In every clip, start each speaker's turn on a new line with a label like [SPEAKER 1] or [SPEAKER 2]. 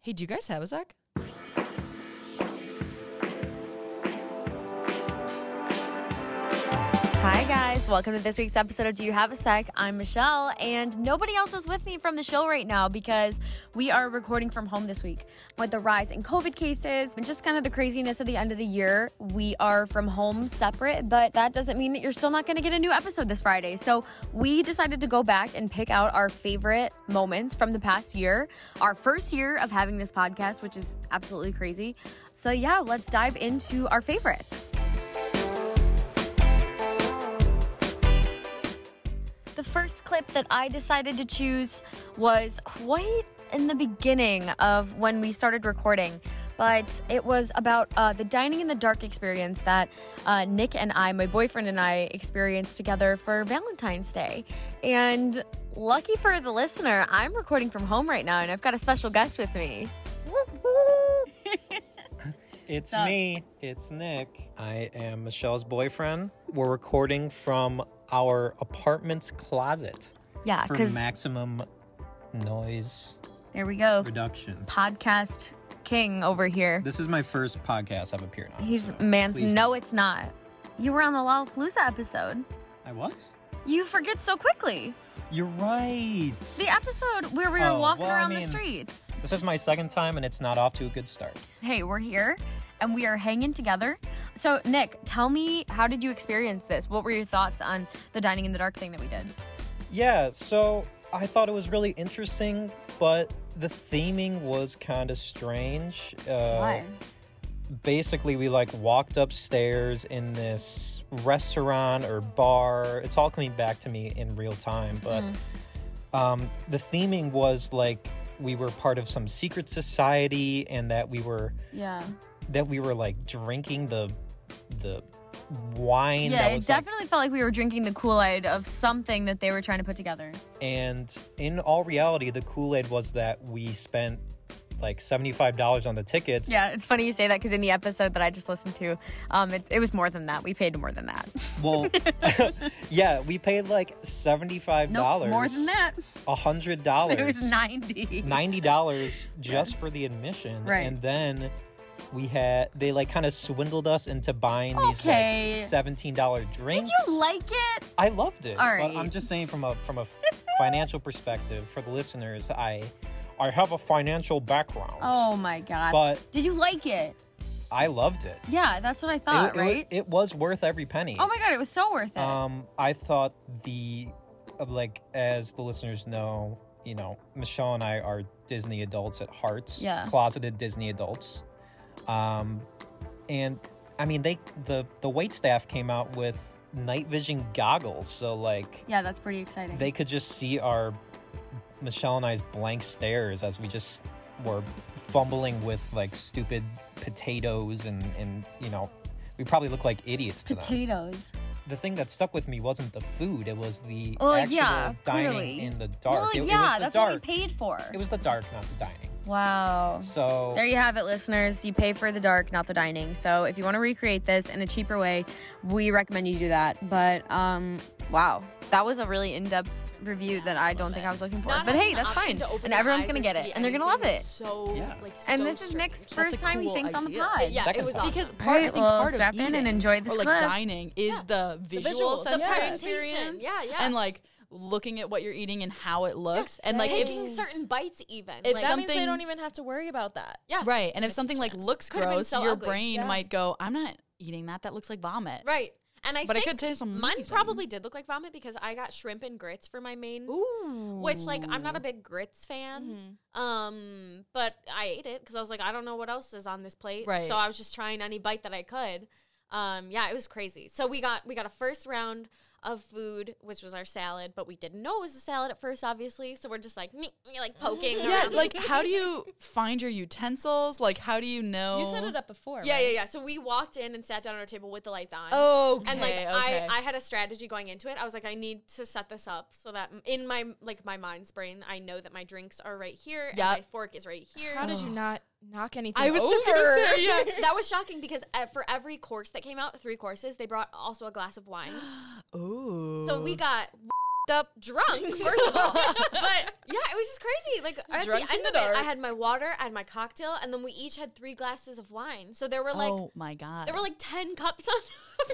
[SPEAKER 1] Hey, do you guys have a sec?
[SPEAKER 2] Hi, guys. Welcome to this week's episode of Do You Have a Sec? I'm Michelle, and nobody else is with me from the show right now because we are recording from home this week. With the rise in COVID cases and just kind of the craziness at the end of the year, we are from home separate, but that doesn't mean that you're still not going to get a new episode this Friday. So we decided to go back and pick out our favorite moments from the past year, our first year of having this podcast, which is absolutely crazy. So, yeah, let's dive into our favorites. The first clip that I decided to choose was quite in the beginning of when we started recording, but it was about uh, the dining in the dark experience that uh, Nick and I, my boyfriend and I, experienced together for Valentine's Day. And lucky for the listener, I'm recording from home right now and I've got a special guest with me.
[SPEAKER 3] It's
[SPEAKER 2] Doug.
[SPEAKER 3] me. It's Nick. I am Michelle's boyfriend. We're recording from our apartment's closet
[SPEAKER 2] Yeah,
[SPEAKER 3] for
[SPEAKER 2] because
[SPEAKER 3] maximum noise
[SPEAKER 2] there we go.
[SPEAKER 3] reduction.
[SPEAKER 2] Podcast king over here.
[SPEAKER 3] This is my first podcast I've appeared on.
[SPEAKER 2] He's
[SPEAKER 3] so
[SPEAKER 2] man's.
[SPEAKER 3] please
[SPEAKER 2] No,
[SPEAKER 3] don't.
[SPEAKER 2] it's not. You were on the Lollapalooza episode.
[SPEAKER 3] I was.
[SPEAKER 2] You forget so quickly.
[SPEAKER 3] You're right.
[SPEAKER 2] The episode where we were
[SPEAKER 3] Oh,
[SPEAKER 2] walking
[SPEAKER 3] well, I
[SPEAKER 2] around the
[SPEAKER 3] mean-
[SPEAKER 2] streets.
[SPEAKER 3] This is my second time, and it's not off to a good start.
[SPEAKER 2] Hey, we're here and we are hanging together. So, Nick, tell me, how did you experience this? What were your thoughts on the dining in the dark thing that we did?
[SPEAKER 3] Yeah, so I thought it was really interesting, but the theming was kind of strange. Uh,
[SPEAKER 2] Why?
[SPEAKER 3] basically we like walked upstairs in this restaurant or bar it's all coming back to me in real time but
[SPEAKER 2] Mm.
[SPEAKER 3] um, the theming was like we were part of some secret society and that we were
[SPEAKER 2] Yeah.
[SPEAKER 3] that we were like drinking the the wine
[SPEAKER 2] yeah,
[SPEAKER 3] that
[SPEAKER 2] it
[SPEAKER 3] was like,
[SPEAKER 2] definitely felt like we were drinking the Kool Aid of something that they were trying to put together.
[SPEAKER 3] and in all reality the kool-aid was that we spent like $75 on the tickets
[SPEAKER 2] Yeah, it's funny you say that because in the episode that I just listened to, um, it's, it was more than that. We paid more than that.
[SPEAKER 3] well yeah we paid like $75
[SPEAKER 2] Nope, more than that.
[SPEAKER 3] hundred dollars.
[SPEAKER 2] It was 90.
[SPEAKER 3] ninety dollars just for the admission,
[SPEAKER 2] Right.
[SPEAKER 3] And then we had they like kind of swindled us into buying these
[SPEAKER 2] Okay.
[SPEAKER 3] like seventeen dollar
[SPEAKER 2] Did
[SPEAKER 3] drinks.
[SPEAKER 2] you like it?
[SPEAKER 3] I loved it.
[SPEAKER 2] All
[SPEAKER 3] but
[SPEAKER 2] right.
[SPEAKER 3] I'm just saying from a from a financial perspective for the listeners, I I have a financial background,
[SPEAKER 2] Oh my god.
[SPEAKER 3] but
[SPEAKER 2] Did you like it?
[SPEAKER 3] I loved it.
[SPEAKER 2] Yeah, that's what I thought,
[SPEAKER 3] it, it-
[SPEAKER 2] right?
[SPEAKER 3] It, was worth every penny.
[SPEAKER 2] oh my god, it was so worth it.
[SPEAKER 3] Um, I thought the uh, like as the listeners know, you know, Michelle and I are Disney adults at heart.
[SPEAKER 2] Yeah.
[SPEAKER 3] Closeted Disney adults. Um, and I mean they the the wait staff came out with night vision goggles, so like
[SPEAKER 2] yeah, that's pretty exciting.
[SPEAKER 3] they could just see our Michelle and I's blank stares as we just were fumbling with like stupid potatoes and and you know we probably look like idiots to them
[SPEAKER 2] Potatoes.
[SPEAKER 3] the thing that stuck with me wasn't the food; it was the
[SPEAKER 2] Well,
[SPEAKER 3] actual
[SPEAKER 2] yeah,
[SPEAKER 3] dining
[SPEAKER 2] clearly.
[SPEAKER 3] in the dark.
[SPEAKER 2] Well,
[SPEAKER 3] it, it
[SPEAKER 2] yeah,
[SPEAKER 3] was the
[SPEAKER 2] that's
[SPEAKER 3] dark.
[SPEAKER 2] what we paid for.
[SPEAKER 3] It was the dark, not the dining.
[SPEAKER 2] wow.
[SPEAKER 3] So
[SPEAKER 2] There you have it, listeners. You pay for the dark, not the dining. So if you want to recreate this in a cheaper way, we recommend you do that. But um, wow, that was a really in-depth review that I don't think I was looking for.
[SPEAKER 4] Not
[SPEAKER 2] but
[SPEAKER 4] having
[SPEAKER 2] hey,
[SPEAKER 4] the
[SPEAKER 2] that's
[SPEAKER 4] option
[SPEAKER 2] fine,
[SPEAKER 4] to open
[SPEAKER 2] and
[SPEAKER 4] their
[SPEAKER 2] everyone's
[SPEAKER 4] eyes
[SPEAKER 2] gonna
[SPEAKER 4] or
[SPEAKER 2] get
[SPEAKER 4] see
[SPEAKER 2] it, and they're gonna love
[SPEAKER 4] anything
[SPEAKER 2] it.
[SPEAKER 4] is So,
[SPEAKER 3] Yeah.
[SPEAKER 4] like,
[SPEAKER 2] And
[SPEAKER 4] so
[SPEAKER 2] this is
[SPEAKER 4] strange.
[SPEAKER 2] Nick's first time he thinks on the
[SPEAKER 4] idea.
[SPEAKER 2] pod.
[SPEAKER 4] Yeah,
[SPEAKER 3] Second
[SPEAKER 4] it was
[SPEAKER 3] time.
[SPEAKER 4] because
[SPEAKER 2] All
[SPEAKER 4] part, I
[SPEAKER 2] right,
[SPEAKER 4] think
[SPEAKER 2] well,
[SPEAKER 4] part
[SPEAKER 2] strap
[SPEAKER 4] of
[SPEAKER 2] in
[SPEAKER 4] eating
[SPEAKER 2] and enjoy this
[SPEAKER 4] or like
[SPEAKER 2] clip.
[SPEAKER 4] dining is the visual
[SPEAKER 5] visuals, the
[SPEAKER 4] sensory
[SPEAKER 5] presentation.
[SPEAKER 4] experience.
[SPEAKER 5] Yeah, yeah.
[SPEAKER 4] And like looking at what you're eating and how it looks, and like if
[SPEAKER 5] taking certain bites even.
[SPEAKER 4] if
[SPEAKER 5] like,
[SPEAKER 4] some-
[SPEAKER 5] some,
[SPEAKER 4] That means they
[SPEAKER 6] they
[SPEAKER 4] something-
[SPEAKER 6] don't
[SPEAKER 4] don't
[SPEAKER 6] even have to worry about that.
[SPEAKER 5] yeah,
[SPEAKER 4] right, and
[SPEAKER 5] in
[SPEAKER 4] if
[SPEAKER 5] the
[SPEAKER 4] something like
[SPEAKER 5] kitchen.
[SPEAKER 4] looks
[SPEAKER 5] Could've been
[SPEAKER 4] gross,
[SPEAKER 5] so
[SPEAKER 4] your
[SPEAKER 5] ugly.
[SPEAKER 4] brain
[SPEAKER 5] Yeah.
[SPEAKER 4] might go, "I'm not eating that. That looks like vomit."
[SPEAKER 5] right, and I
[SPEAKER 4] But it
[SPEAKER 5] think
[SPEAKER 4] could taste amazing.
[SPEAKER 5] mine probably did look like vomit because I got shrimp and grits for my main,
[SPEAKER 4] Ooh. Mm-hmm.
[SPEAKER 5] which like I'm not a big grits fan. Um, but I ate it because I was like, I don't know what else is on this plate,
[SPEAKER 4] Right.
[SPEAKER 5] So I was just trying any bite that I could. Um, yeah, it was crazy. So we got we got a first round of food, which was our salad, but we didn't know it was a salad at first, obviously. So we're just like, "Nyeh, nyeh," like poking.
[SPEAKER 4] Yeah,
[SPEAKER 5] around.
[SPEAKER 4] like how do you find your utensils? Like how do you know?
[SPEAKER 6] You set it up before.
[SPEAKER 5] Yeah,
[SPEAKER 6] right?
[SPEAKER 5] yeah, yeah. So we walked in and sat down at our table with the lights on.
[SPEAKER 4] Okay.
[SPEAKER 5] And like
[SPEAKER 4] okay.
[SPEAKER 5] I, I had a strategy going into it. I was like, I need to set this up so that m- in my like my mind's brain, I know that my drinks are right here and my
[SPEAKER 4] Yep.
[SPEAKER 5] fork is right here.
[SPEAKER 6] How did you not knock anything
[SPEAKER 4] I was
[SPEAKER 6] over?
[SPEAKER 4] just gonna say, yeah.
[SPEAKER 5] that was shocking because uh, for every course that came out, three courses, they brought also a glass of wine.
[SPEAKER 4] Ooh.
[SPEAKER 5] so we got
[SPEAKER 7] up.
[SPEAKER 5] drunk, first of all.
[SPEAKER 7] But
[SPEAKER 5] Yeah, it was just crazy. Like at
[SPEAKER 7] Drunk
[SPEAKER 5] the
[SPEAKER 7] in
[SPEAKER 5] end
[SPEAKER 7] the
[SPEAKER 5] of it, I
[SPEAKER 7] dark.
[SPEAKER 5] had my water, I had my cocktail, and then we each had three glasses of wine. So there were like
[SPEAKER 7] oh my god,
[SPEAKER 5] there were like ten cups on.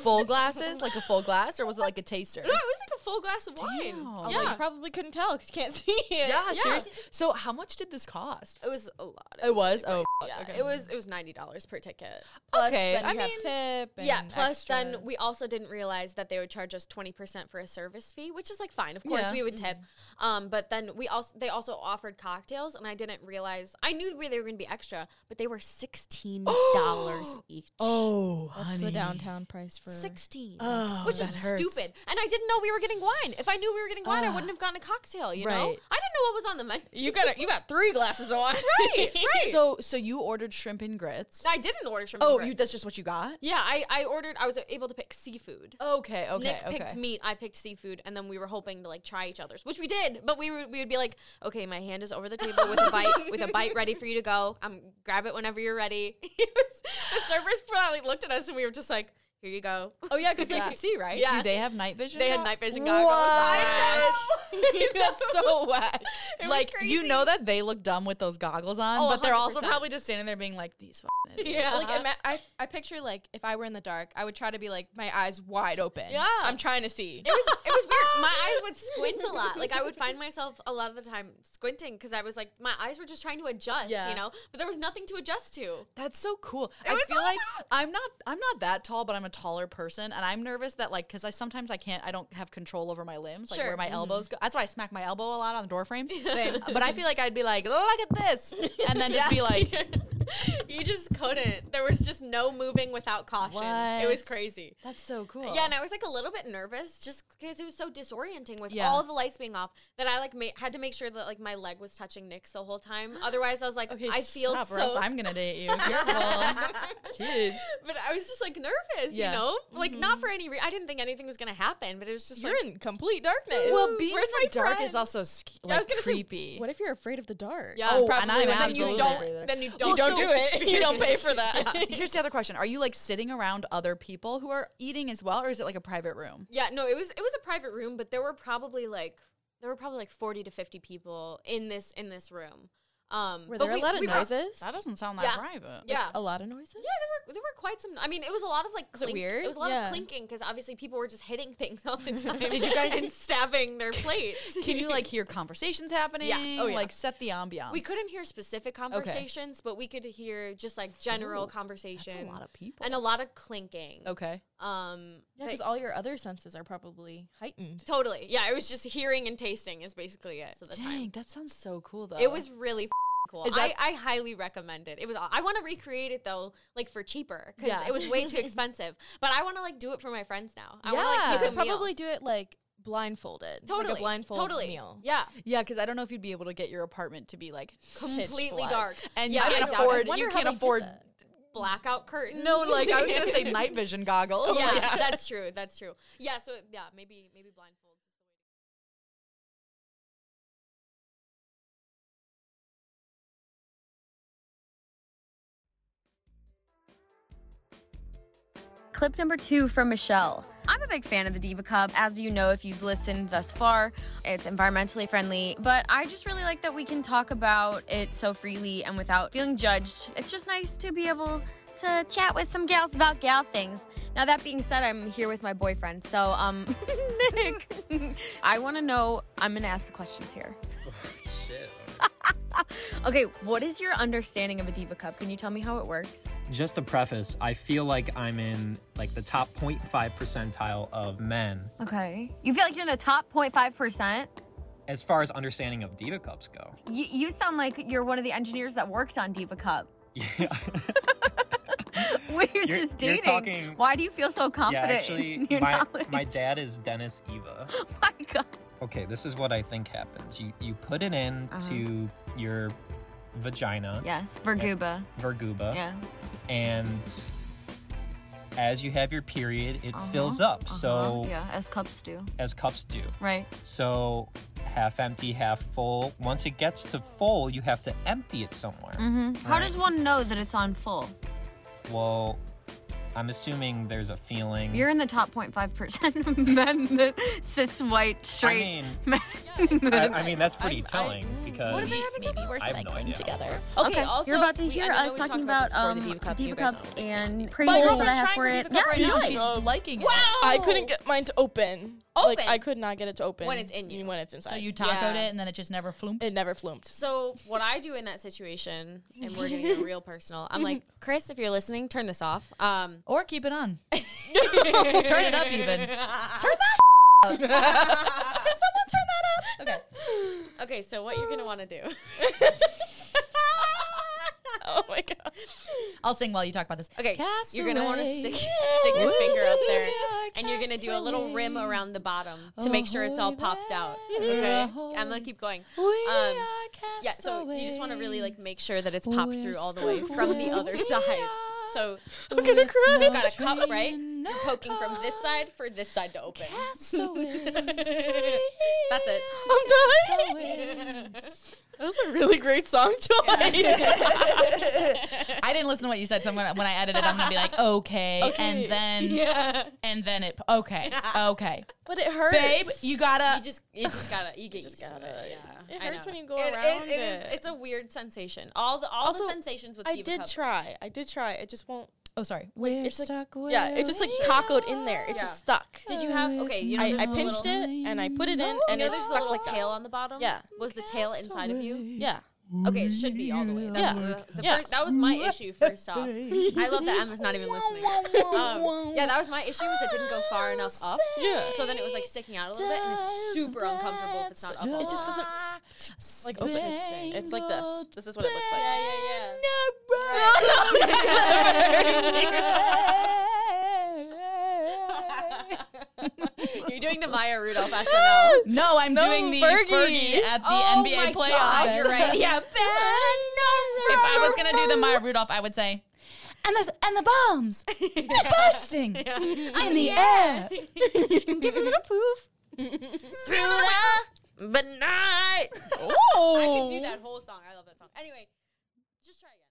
[SPEAKER 1] full glasses, like a full glass, or was it like a taster?
[SPEAKER 5] no, it was like a full glass of wine.
[SPEAKER 7] Damn.
[SPEAKER 5] Yeah,
[SPEAKER 1] you probably couldn't tell because you can't see it.
[SPEAKER 7] yeah,
[SPEAKER 5] yeah.
[SPEAKER 7] seriously. So how much did this cost?
[SPEAKER 5] it was a lot.
[SPEAKER 1] It was. Oh,
[SPEAKER 5] Yeah,
[SPEAKER 1] okay.
[SPEAKER 5] it was it was ninety dollars per ticket.
[SPEAKER 1] Plus,
[SPEAKER 7] Okay,
[SPEAKER 1] then
[SPEAKER 7] I
[SPEAKER 1] you have
[SPEAKER 7] mean-
[SPEAKER 1] tip. And
[SPEAKER 5] yeah, plus then
[SPEAKER 1] extras.
[SPEAKER 5] we also didn't realize that they would charge us twenty percent for a service fee, which is like fine. Of course,
[SPEAKER 7] Yeah.
[SPEAKER 5] we would tip. Um, but then we also they also offered cocktails, and I didn't realize I knew where they were going to be extra, but they were sixteen
[SPEAKER 2] Oh,
[SPEAKER 5] dollars each.
[SPEAKER 7] Oh,
[SPEAKER 1] That's the downtown price for
[SPEAKER 5] Sixteen,
[SPEAKER 7] Oh,
[SPEAKER 5] which is
[SPEAKER 7] that hurts.
[SPEAKER 5] stupid, and I didn't know we were getting wine. If I knew we were getting wine, I wouldn't have gotten a cocktail. You know, I
[SPEAKER 7] Right.
[SPEAKER 5] didn't know what was on the menu.
[SPEAKER 1] You got a, you got three glasses of wine.
[SPEAKER 5] right, right.
[SPEAKER 7] So so you ordered shrimp and grits.
[SPEAKER 5] I didn't order shrimp. and
[SPEAKER 7] oh,
[SPEAKER 5] grits.
[SPEAKER 7] you that's just what you got.
[SPEAKER 5] Yeah, I, I ordered. I was able to pick seafood.
[SPEAKER 7] Okay, Oh, okay,
[SPEAKER 5] Nick
[SPEAKER 7] okay.
[SPEAKER 5] picked meat, I picked seafood, and then we were hoping to like try each other's, which we did. But we would we would be like, okay, my hand is over the table with a bite with a bite ready for you to go. Um, grab it whenever you're ready. It was- the servers probably looked at us and we were just like, here you go.
[SPEAKER 1] Oh yeah, because they
[SPEAKER 7] Yeah.
[SPEAKER 1] can see, right?
[SPEAKER 5] Yeah.
[SPEAKER 7] Do they have night vision?
[SPEAKER 5] They had
[SPEAKER 7] now?
[SPEAKER 5] night vision goggles.
[SPEAKER 7] What?
[SPEAKER 5] I know.
[SPEAKER 1] That's so whack.
[SPEAKER 5] It was
[SPEAKER 7] like you
[SPEAKER 5] crazy.
[SPEAKER 7] know that they look dumb with those goggles on,
[SPEAKER 5] Oh,
[SPEAKER 7] but they're also
[SPEAKER 5] 100%.
[SPEAKER 7] probably just standing there being like these. fucking idiots.
[SPEAKER 5] Yeah.
[SPEAKER 1] Like
[SPEAKER 7] Uh-huh.
[SPEAKER 1] ima- I, I picture like if I were in the dark, I would try to be like my eyes wide open.
[SPEAKER 5] Yeah.
[SPEAKER 1] I'm trying to see.
[SPEAKER 5] it was it was weird. My eyes would squint a lot. Like I would find myself a lot of the time squinting because I was like my eyes were just trying to adjust,
[SPEAKER 7] Yeah.
[SPEAKER 5] you know. But there was nothing to adjust to.
[SPEAKER 7] That's so cool.
[SPEAKER 5] It
[SPEAKER 7] I
[SPEAKER 5] was
[SPEAKER 7] feel
[SPEAKER 5] awesome.
[SPEAKER 7] like I'm not I'm not that tall, but I'm a taller person, and I'm nervous that like because I sometimes I can't I don't have control over my limbs, like
[SPEAKER 5] Sure. Mm-hmm.
[SPEAKER 7] where my elbows go. That's why I smack my elbow a lot on the door frames. but I feel like I'd be like, look at this, and then just be like,
[SPEAKER 5] you just couldn't. There was just no moving without caution. It was
[SPEAKER 7] What?
[SPEAKER 5] crazy.
[SPEAKER 7] that's so cool.
[SPEAKER 5] Yeah, and I was like a little bit nervous just because it was so disorienting with
[SPEAKER 7] Yeah.
[SPEAKER 5] all the lights being off that I like ma- had to make sure that like my leg was touching Nick's the whole time. Otherwise, I was like, I feel
[SPEAKER 7] stop,
[SPEAKER 5] so.
[SPEAKER 7] or else I'm gonna date you. Careful. Jeez.
[SPEAKER 5] but I was just like nervous,
[SPEAKER 7] Yeah. Mm-hmm.
[SPEAKER 5] you know, like not for any. Re- I didn't think anything was gonna happen, but it was just
[SPEAKER 1] You're
[SPEAKER 5] like,
[SPEAKER 1] in complete darkness.
[SPEAKER 7] Well, being in
[SPEAKER 5] where's
[SPEAKER 7] the
[SPEAKER 5] my
[SPEAKER 7] dark is
[SPEAKER 5] friend?
[SPEAKER 7] also sk-
[SPEAKER 1] I
[SPEAKER 7] like
[SPEAKER 1] was gonna say,
[SPEAKER 7] creepy.
[SPEAKER 1] what if you're afraid of the dark?
[SPEAKER 5] yeah,
[SPEAKER 7] Oh, and
[SPEAKER 5] probably.
[SPEAKER 7] I'm
[SPEAKER 5] then you
[SPEAKER 7] absolutely
[SPEAKER 5] don't. Then you don't.
[SPEAKER 1] You don't
[SPEAKER 7] so-
[SPEAKER 1] do it. You don't pay for that.
[SPEAKER 7] Yeah. Here's the other question: Are you like sitting around other people who are eating as well, or is it like a private room?
[SPEAKER 5] Yeah, no, it was it was a private room, but there were probably like there were probably like forty to fifty people in this in this room. Um,
[SPEAKER 1] Were
[SPEAKER 5] but
[SPEAKER 1] there a
[SPEAKER 5] we-
[SPEAKER 1] lot of
[SPEAKER 5] we were-
[SPEAKER 1] noises?
[SPEAKER 7] That doesn't sound that
[SPEAKER 5] Yeah.
[SPEAKER 7] private.
[SPEAKER 5] Yeah,
[SPEAKER 1] A lot of noises.
[SPEAKER 5] yeah, there were there were quite some. I mean, it was a lot of like
[SPEAKER 1] it
[SPEAKER 5] clink,
[SPEAKER 1] weird?
[SPEAKER 5] was a lot
[SPEAKER 1] Yeah.
[SPEAKER 5] of clinking because obviously people were just hitting things all the time.
[SPEAKER 1] Did you guys-
[SPEAKER 5] and stabbing their plates?
[SPEAKER 7] Can you like hear conversations happening?
[SPEAKER 5] Yeah. Oh, yeah.
[SPEAKER 7] Like set the ambiance.
[SPEAKER 5] We couldn't hear specific conversations, but we could hear just like general
[SPEAKER 7] Ooh,
[SPEAKER 5] conversation
[SPEAKER 7] That's a lot of people. Oh.
[SPEAKER 5] and a lot of clinking.
[SPEAKER 7] okay.
[SPEAKER 5] Um,
[SPEAKER 1] Yeah,
[SPEAKER 5] but-
[SPEAKER 1] because all your other senses are probably heightened.
[SPEAKER 5] totally. Yeah, it was just hearing and tasting is basically it. So the time.
[SPEAKER 7] Dang, that sounds so cool though.
[SPEAKER 5] It was really f- cool.
[SPEAKER 7] Is that-
[SPEAKER 5] I, I highly recommend it. It was. aw- I want to recreate it though, like for cheaper, because
[SPEAKER 7] Yeah.
[SPEAKER 5] it was way too expensive. But I want to like do it for my friends now. I
[SPEAKER 7] Yeah.
[SPEAKER 5] want
[SPEAKER 7] You
[SPEAKER 5] to
[SPEAKER 1] You
[SPEAKER 5] like
[SPEAKER 1] could
[SPEAKER 5] make a meal.
[SPEAKER 1] probably do it like blindfolded.
[SPEAKER 5] totally
[SPEAKER 1] Like a blindfold
[SPEAKER 5] totally
[SPEAKER 1] meal.
[SPEAKER 5] Yeah,
[SPEAKER 7] yeah, because I don't know if you'd be able to get your apartment to be like
[SPEAKER 5] completely
[SPEAKER 7] pitch black.
[SPEAKER 5] dark.
[SPEAKER 7] and
[SPEAKER 5] Yeah,
[SPEAKER 7] you
[SPEAKER 5] I
[SPEAKER 7] can't
[SPEAKER 5] doubt it.
[SPEAKER 7] afford.
[SPEAKER 1] Wonder
[SPEAKER 7] You
[SPEAKER 1] how
[SPEAKER 7] can't
[SPEAKER 1] they did
[SPEAKER 7] afford.
[SPEAKER 1] that.
[SPEAKER 5] blackout curtains.
[SPEAKER 7] No, like I was gonna say night vision goggles.
[SPEAKER 5] yeah,
[SPEAKER 7] Like,
[SPEAKER 5] that's true. That's true. Yeah. So yeah, maybe maybe blindfolds.
[SPEAKER 2] Clip number two from Michelle. I'm a big fan of the Diva Cup, as you know if you've listened thus far. It's environmentally friendly, but I just really like that we can talk about it so freely and without feeling judged. It's just nice to be able to chat with some gals about gal things. Now, that being said, I'm here with my boyfriend, so, um, Nick, I wanna know, I'm gonna ask the questions here.
[SPEAKER 3] Shit.
[SPEAKER 2] Okay, what is your understanding of a Diva Cup? Can you tell me how it works?
[SPEAKER 3] Just to preface, I feel like I'm in like the top 0.5 percentile of men
[SPEAKER 2] Okay. You feel like you're in the top 0.5%?
[SPEAKER 3] as far as understanding of diva cups go.
[SPEAKER 2] You, you sound like you're one of the engineers that worked on Diva Cup.
[SPEAKER 3] Yeah.
[SPEAKER 2] We're
[SPEAKER 3] you're
[SPEAKER 2] just dating.
[SPEAKER 3] talking-
[SPEAKER 2] Why do you feel so
[SPEAKER 3] yeah,
[SPEAKER 2] confident in
[SPEAKER 3] actually,
[SPEAKER 2] your
[SPEAKER 3] my,
[SPEAKER 2] knowledge?
[SPEAKER 3] my dad is Dennis Eva.
[SPEAKER 2] My God.
[SPEAKER 3] Okay, this is what I think happens. You you put it in
[SPEAKER 2] Uh-huh.
[SPEAKER 3] to your vagina,
[SPEAKER 2] Yes, Verguba.
[SPEAKER 3] verguba,
[SPEAKER 2] Yeah.
[SPEAKER 3] and as you have your period, it
[SPEAKER 2] Uh-huh,
[SPEAKER 3] fills up.
[SPEAKER 2] Uh-huh.
[SPEAKER 3] So
[SPEAKER 2] yeah, as cups do.
[SPEAKER 3] as cups do.
[SPEAKER 2] Right.
[SPEAKER 3] So half empty, half full. Once it gets to full, you have to
[SPEAKER 2] Mm.
[SPEAKER 3] empty it somewhere.
[SPEAKER 2] Mm-hmm. How
[SPEAKER 3] Right.
[SPEAKER 2] does one know that it's on full?
[SPEAKER 3] Well, I'm assuming there's a feeling.
[SPEAKER 2] You're in the top 0.5% of men that cis, white,
[SPEAKER 3] I
[SPEAKER 2] straight
[SPEAKER 3] mean,
[SPEAKER 2] men.
[SPEAKER 3] I, I mean that's
[SPEAKER 4] I'm-
[SPEAKER 3] pretty
[SPEAKER 4] I-
[SPEAKER 3] telling
[SPEAKER 4] mm.
[SPEAKER 3] because
[SPEAKER 5] What if it happens
[SPEAKER 3] maybe
[SPEAKER 5] tomorrow?
[SPEAKER 3] I have no idea. together.
[SPEAKER 5] Okay,
[SPEAKER 2] Okay,
[SPEAKER 5] also,
[SPEAKER 2] you're about to
[SPEAKER 5] we- I
[SPEAKER 2] hear
[SPEAKER 5] know
[SPEAKER 2] us
[SPEAKER 5] we've
[SPEAKER 2] talking
[SPEAKER 5] talked
[SPEAKER 2] about, um,
[SPEAKER 5] this before, the Diva Cup. you
[SPEAKER 2] Diva
[SPEAKER 5] guys
[SPEAKER 2] Cups
[SPEAKER 5] know.
[SPEAKER 2] and
[SPEAKER 4] My
[SPEAKER 2] praises
[SPEAKER 4] girlfriend's
[SPEAKER 2] that I
[SPEAKER 4] trying
[SPEAKER 2] have for
[SPEAKER 4] to do
[SPEAKER 2] it.
[SPEAKER 4] the
[SPEAKER 2] Yeah,
[SPEAKER 4] cup right now.
[SPEAKER 2] enjoy.
[SPEAKER 4] and She's liking it.
[SPEAKER 5] Wow.
[SPEAKER 1] I couldn't get mine to open. Like
[SPEAKER 5] Open?
[SPEAKER 1] I could not get it to open
[SPEAKER 5] When it's in you.
[SPEAKER 1] When it's inside,
[SPEAKER 4] So you tacoed
[SPEAKER 5] Yeah.
[SPEAKER 4] it and then it just never floomed.
[SPEAKER 1] it never flumed.
[SPEAKER 5] So what I do in that situation, and we're gonna get real personal. I'm like, Chris, if you're listening, turn this off. Um,
[SPEAKER 4] or keep it on. turn it up even. Turn that up. Can someone turn that up? Okay.
[SPEAKER 5] okay, so what you're gonna want to do?
[SPEAKER 1] Oh my god!
[SPEAKER 4] I'll sing while you talk about this.
[SPEAKER 5] Okay, you're gonna want to
[SPEAKER 4] Castaway.
[SPEAKER 5] stick stick your finger up there,
[SPEAKER 4] Yeah,
[SPEAKER 5] and you're gonna do a little rim
[SPEAKER 4] castaways.
[SPEAKER 5] around the bottom to make sure it's all popped out. Okay, I'm gonna keep going.
[SPEAKER 4] We
[SPEAKER 5] Um,
[SPEAKER 4] are
[SPEAKER 5] Yeah, so you just want to really like
[SPEAKER 4] castaways.
[SPEAKER 5] make sure that it's popped
[SPEAKER 4] We're
[SPEAKER 5] through all the way from the other
[SPEAKER 4] still
[SPEAKER 5] side.
[SPEAKER 4] here.
[SPEAKER 5] So
[SPEAKER 4] I'm gonna cry.
[SPEAKER 5] you've got a cup, right? You're
[SPEAKER 4] No
[SPEAKER 5] poking from this
[SPEAKER 4] cup.
[SPEAKER 5] side for this side to open.
[SPEAKER 4] That's
[SPEAKER 5] That's it.
[SPEAKER 1] I'm dying. That was a really great song choice.
[SPEAKER 4] I didn't listen to what you said, so I'm gonna, when I edit it, I'm gonna be like, okay,
[SPEAKER 1] Okay.
[SPEAKER 4] and then
[SPEAKER 5] Yeah.
[SPEAKER 4] and then it, okay, okay,
[SPEAKER 1] But it hurts,
[SPEAKER 4] babe, you gotta.
[SPEAKER 5] You just you just gotta you get
[SPEAKER 1] just
[SPEAKER 5] used to
[SPEAKER 1] gotta-
[SPEAKER 5] it. Yeah.
[SPEAKER 1] it
[SPEAKER 5] I
[SPEAKER 1] hurts
[SPEAKER 5] know.
[SPEAKER 1] when you go
[SPEAKER 5] It- it-
[SPEAKER 1] around
[SPEAKER 5] it is
[SPEAKER 1] it.
[SPEAKER 5] it's a weird sensation. All the all
[SPEAKER 1] Also,
[SPEAKER 5] the sensations with
[SPEAKER 1] I
[SPEAKER 5] Diva
[SPEAKER 1] did
[SPEAKER 5] Cup.
[SPEAKER 1] try. I did try. It just won't.
[SPEAKER 4] oh, sorry.
[SPEAKER 1] it's like- Yeah, it just like tacoed in there. It
[SPEAKER 5] Yeah.
[SPEAKER 1] just stuck.
[SPEAKER 5] Did you have okay, you know
[SPEAKER 1] I,
[SPEAKER 5] there's
[SPEAKER 1] I
[SPEAKER 5] the
[SPEAKER 1] pinched
[SPEAKER 5] little,
[SPEAKER 1] it and I put it in,
[SPEAKER 5] you
[SPEAKER 1] and
[SPEAKER 5] know
[SPEAKER 1] it
[SPEAKER 5] there's a
[SPEAKER 1] stuck
[SPEAKER 5] little
[SPEAKER 1] like that.
[SPEAKER 5] tail on the bottom?
[SPEAKER 1] Yeah.
[SPEAKER 5] Was the tail inside of you?
[SPEAKER 1] Yeah.
[SPEAKER 5] Okay, it should be all the way. That's
[SPEAKER 1] Yeah.
[SPEAKER 5] the, the
[SPEAKER 1] Yeah.
[SPEAKER 5] First, that was my issue first off. I love that Emma's not even listening. Um, yeah, that was my issue was it didn't go far enough up.
[SPEAKER 1] Yeah.
[SPEAKER 5] So then it was like sticking out a little bit and it's super uncomfortable if it's not up. all
[SPEAKER 1] It
[SPEAKER 5] the
[SPEAKER 1] just
[SPEAKER 5] way.
[SPEAKER 1] doesn't Ah, like open.
[SPEAKER 5] Interesting.
[SPEAKER 1] It's like this. This is what it looks like.
[SPEAKER 5] Yeah, yeah, yeah. You're doing the Maya Rudolph SNL.
[SPEAKER 4] No, I'm doing the Fergie,
[SPEAKER 1] Fergie.
[SPEAKER 4] at the
[SPEAKER 5] Oh my
[SPEAKER 4] NBA playoffs.
[SPEAKER 5] gosh, you're right. Yeah,
[SPEAKER 4] If I was gonna do the Maya Rudolph, I would say, and the and the bombs they're bursting in the air.
[SPEAKER 5] Sooner, but not. I
[SPEAKER 4] Oh,
[SPEAKER 5] can do that whole song. I love that song. Anyway, just try again.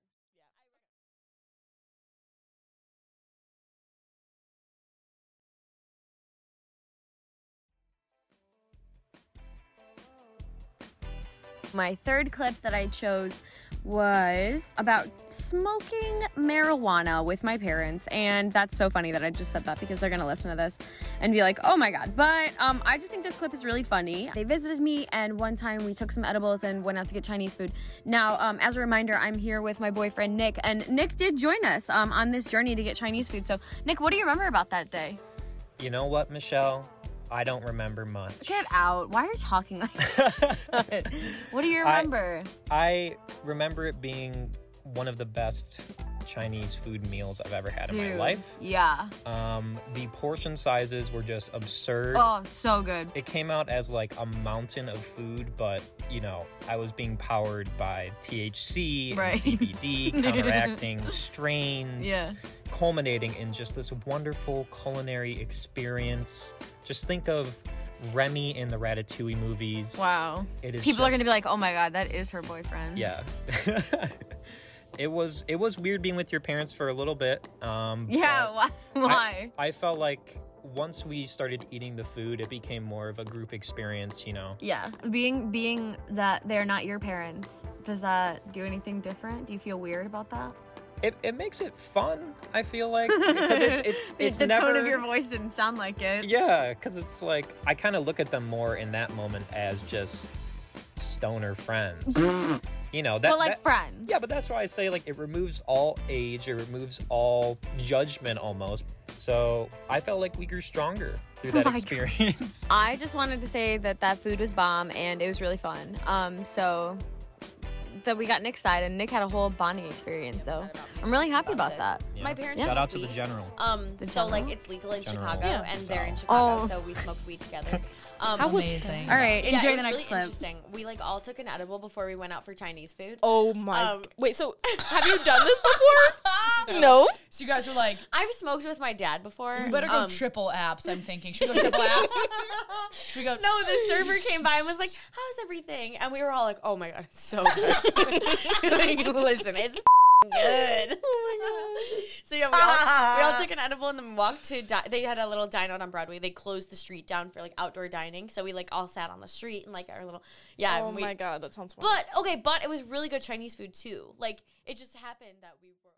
[SPEAKER 2] My third clip that I chose was about smoking marijuana with my parents. And that's so funny that I just said that because they're going to listen to this and be like, oh my God. But um, I just think this clip is really funny. They visited me, and one time we took some edibles and went out to get Chinese food. Now, um, as a reminder, I'm here with my boyfriend, Nick. And Nick did join us um, on this journey to get Chinese food. So, Nick, what do you remember about that day?
[SPEAKER 3] You know what, Michelle? I don't remember much.
[SPEAKER 2] Get out. Why are you talking like that? what do you
[SPEAKER 3] I-
[SPEAKER 2] remember?
[SPEAKER 3] I remember it being one of the best Chinese food meals I've ever had in my
[SPEAKER 2] Dude,
[SPEAKER 3] life.
[SPEAKER 2] Yeah.
[SPEAKER 3] Um, the portion sizes were just absurd.
[SPEAKER 2] Oh, so good.
[SPEAKER 3] It came out as like a mountain of food, but you know, I was being powered by THC
[SPEAKER 2] Right.
[SPEAKER 3] and CBD, counteracting strains,
[SPEAKER 2] Yeah.
[SPEAKER 3] culminating in just this wonderful culinary experience. Just think of Remy in the Ratatouille movies.
[SPEAKER 2] Wow.
[SPEAKER 3] It is
[SPEAKER 2] People are going to
[SPEAKER 3] just-
[SPEAKER 2] be like, oh my God, that is her boyfriend.
[SPEAKER 3] yeah. it was it was weird being with your parents for a little bit. Um,
[SPEAKER 2] Yeah.
[SPEAKER 3] but
[SPEAKER 2] Why? why?
[SPEAKER 3] I felt like once we started eating the food, it became more of a group experience. You know.
[SPEAKER 2] yeah. Being being that they're not your parents, does that do anything different? Do you feel weird about that?
[SPEAKER 3] It, it makes it fun. I feel like because it's it's it's
[SPEAKER 2] the
[SPEAKER 3] never
[SPEAKER 2] tone of your voice didn't sound like it.
[SPEAKER 3] yeah because it's like I kind of look at them more in that moment as just stoner friends. you know that
[SPEAKER 2] well, like
[SPEAKER 3] that-
[SPEAKER 2] friends.
[SPEAKER 3] Yeah, but that's why I say like it removes all age, it removes all judgment almost. So I felt like we grew stronger through that
[SPEAKER 2] Oh my God.
[SPEAKER 3] experience.
[SPEAKER 2] I just wanted to say that that food was bomb and it was really fun. Um, so that we got Nick's side and Nick had a whole bonding experience. So I'm really happy about that.
[SPEAKER 5] My parents
[SPEAKER 3] Shout
[SPEAKER 5] smoked
[SPEAKER 3] out to the
[SPEAKER 5] weed.
[SPEAKER 3] general.
[SPEAKER 5] Um,
[SPEAKER 2] The
[SPEAKER 5] so like
[SPEAKER 2] general?
[SPEAKER 5] it's legal in
[SPEAKER 3] General
[SPEAKER 5] Chicago,
[SPEAKER 3] Yeah.
[SPEAKER 5] and
[SPEAKER 3] so.
[SPEAKER 5] they're in Chicago,
[SPEAKER 2] Oh.
[SPEAKER 5] so we smoke weed together. Um,
[SPEAKER 1] How was
[SPEAKER 4] amazing.
[SPEAKER 2] All right,
[SPEAKER 5] yeah,
[SPEAKER 2] enjoy
[SPEAKER 5] it
[SPEAKER 2] the
[SPEAKER 5] was
[SPEAKER 2] next
[SPEAKER 5] really
[SPEAKER 2] clip.
[SPEAKER 5] interesting. We like all took an edible before we went out for Chinese food.
[SPEAKER 1] Oh my!
[SPEAKER 5] Um,
[SPEAKER 1] Wait, so have you done this before? no. Oh
[SPEAKER 4] So you guys were like,
[SPEAKER 5] I've smoked with my dad before.
[SPEAKER 4] we better go
[SPEAKER 5] Um,
[SPEAKER 4] triple apps. I'm thinking, should we go triple apps? Should we go?
[SPEAKER 5] No, the server came by and was like, "How's everything?" And we were all like, "Oh my god, it's so good!" like, listen, it's
[SPEAKER 8] good.
[SPEAKER 5] So yeah, we all, we all took an edible and then walked to. Di- they had a little dine out on Broadway. They closed the street down for like outdoor dining, so we like all sat on the street and like our little yeah.
[SPEAKER 9] Oh
[SPEAKER 5] and we,
[SPEAKER 9] my god, that sounds wonderful.
[SPEAKER 5] But okay, but it was really good Chinese food too. Like it just happened that we were all.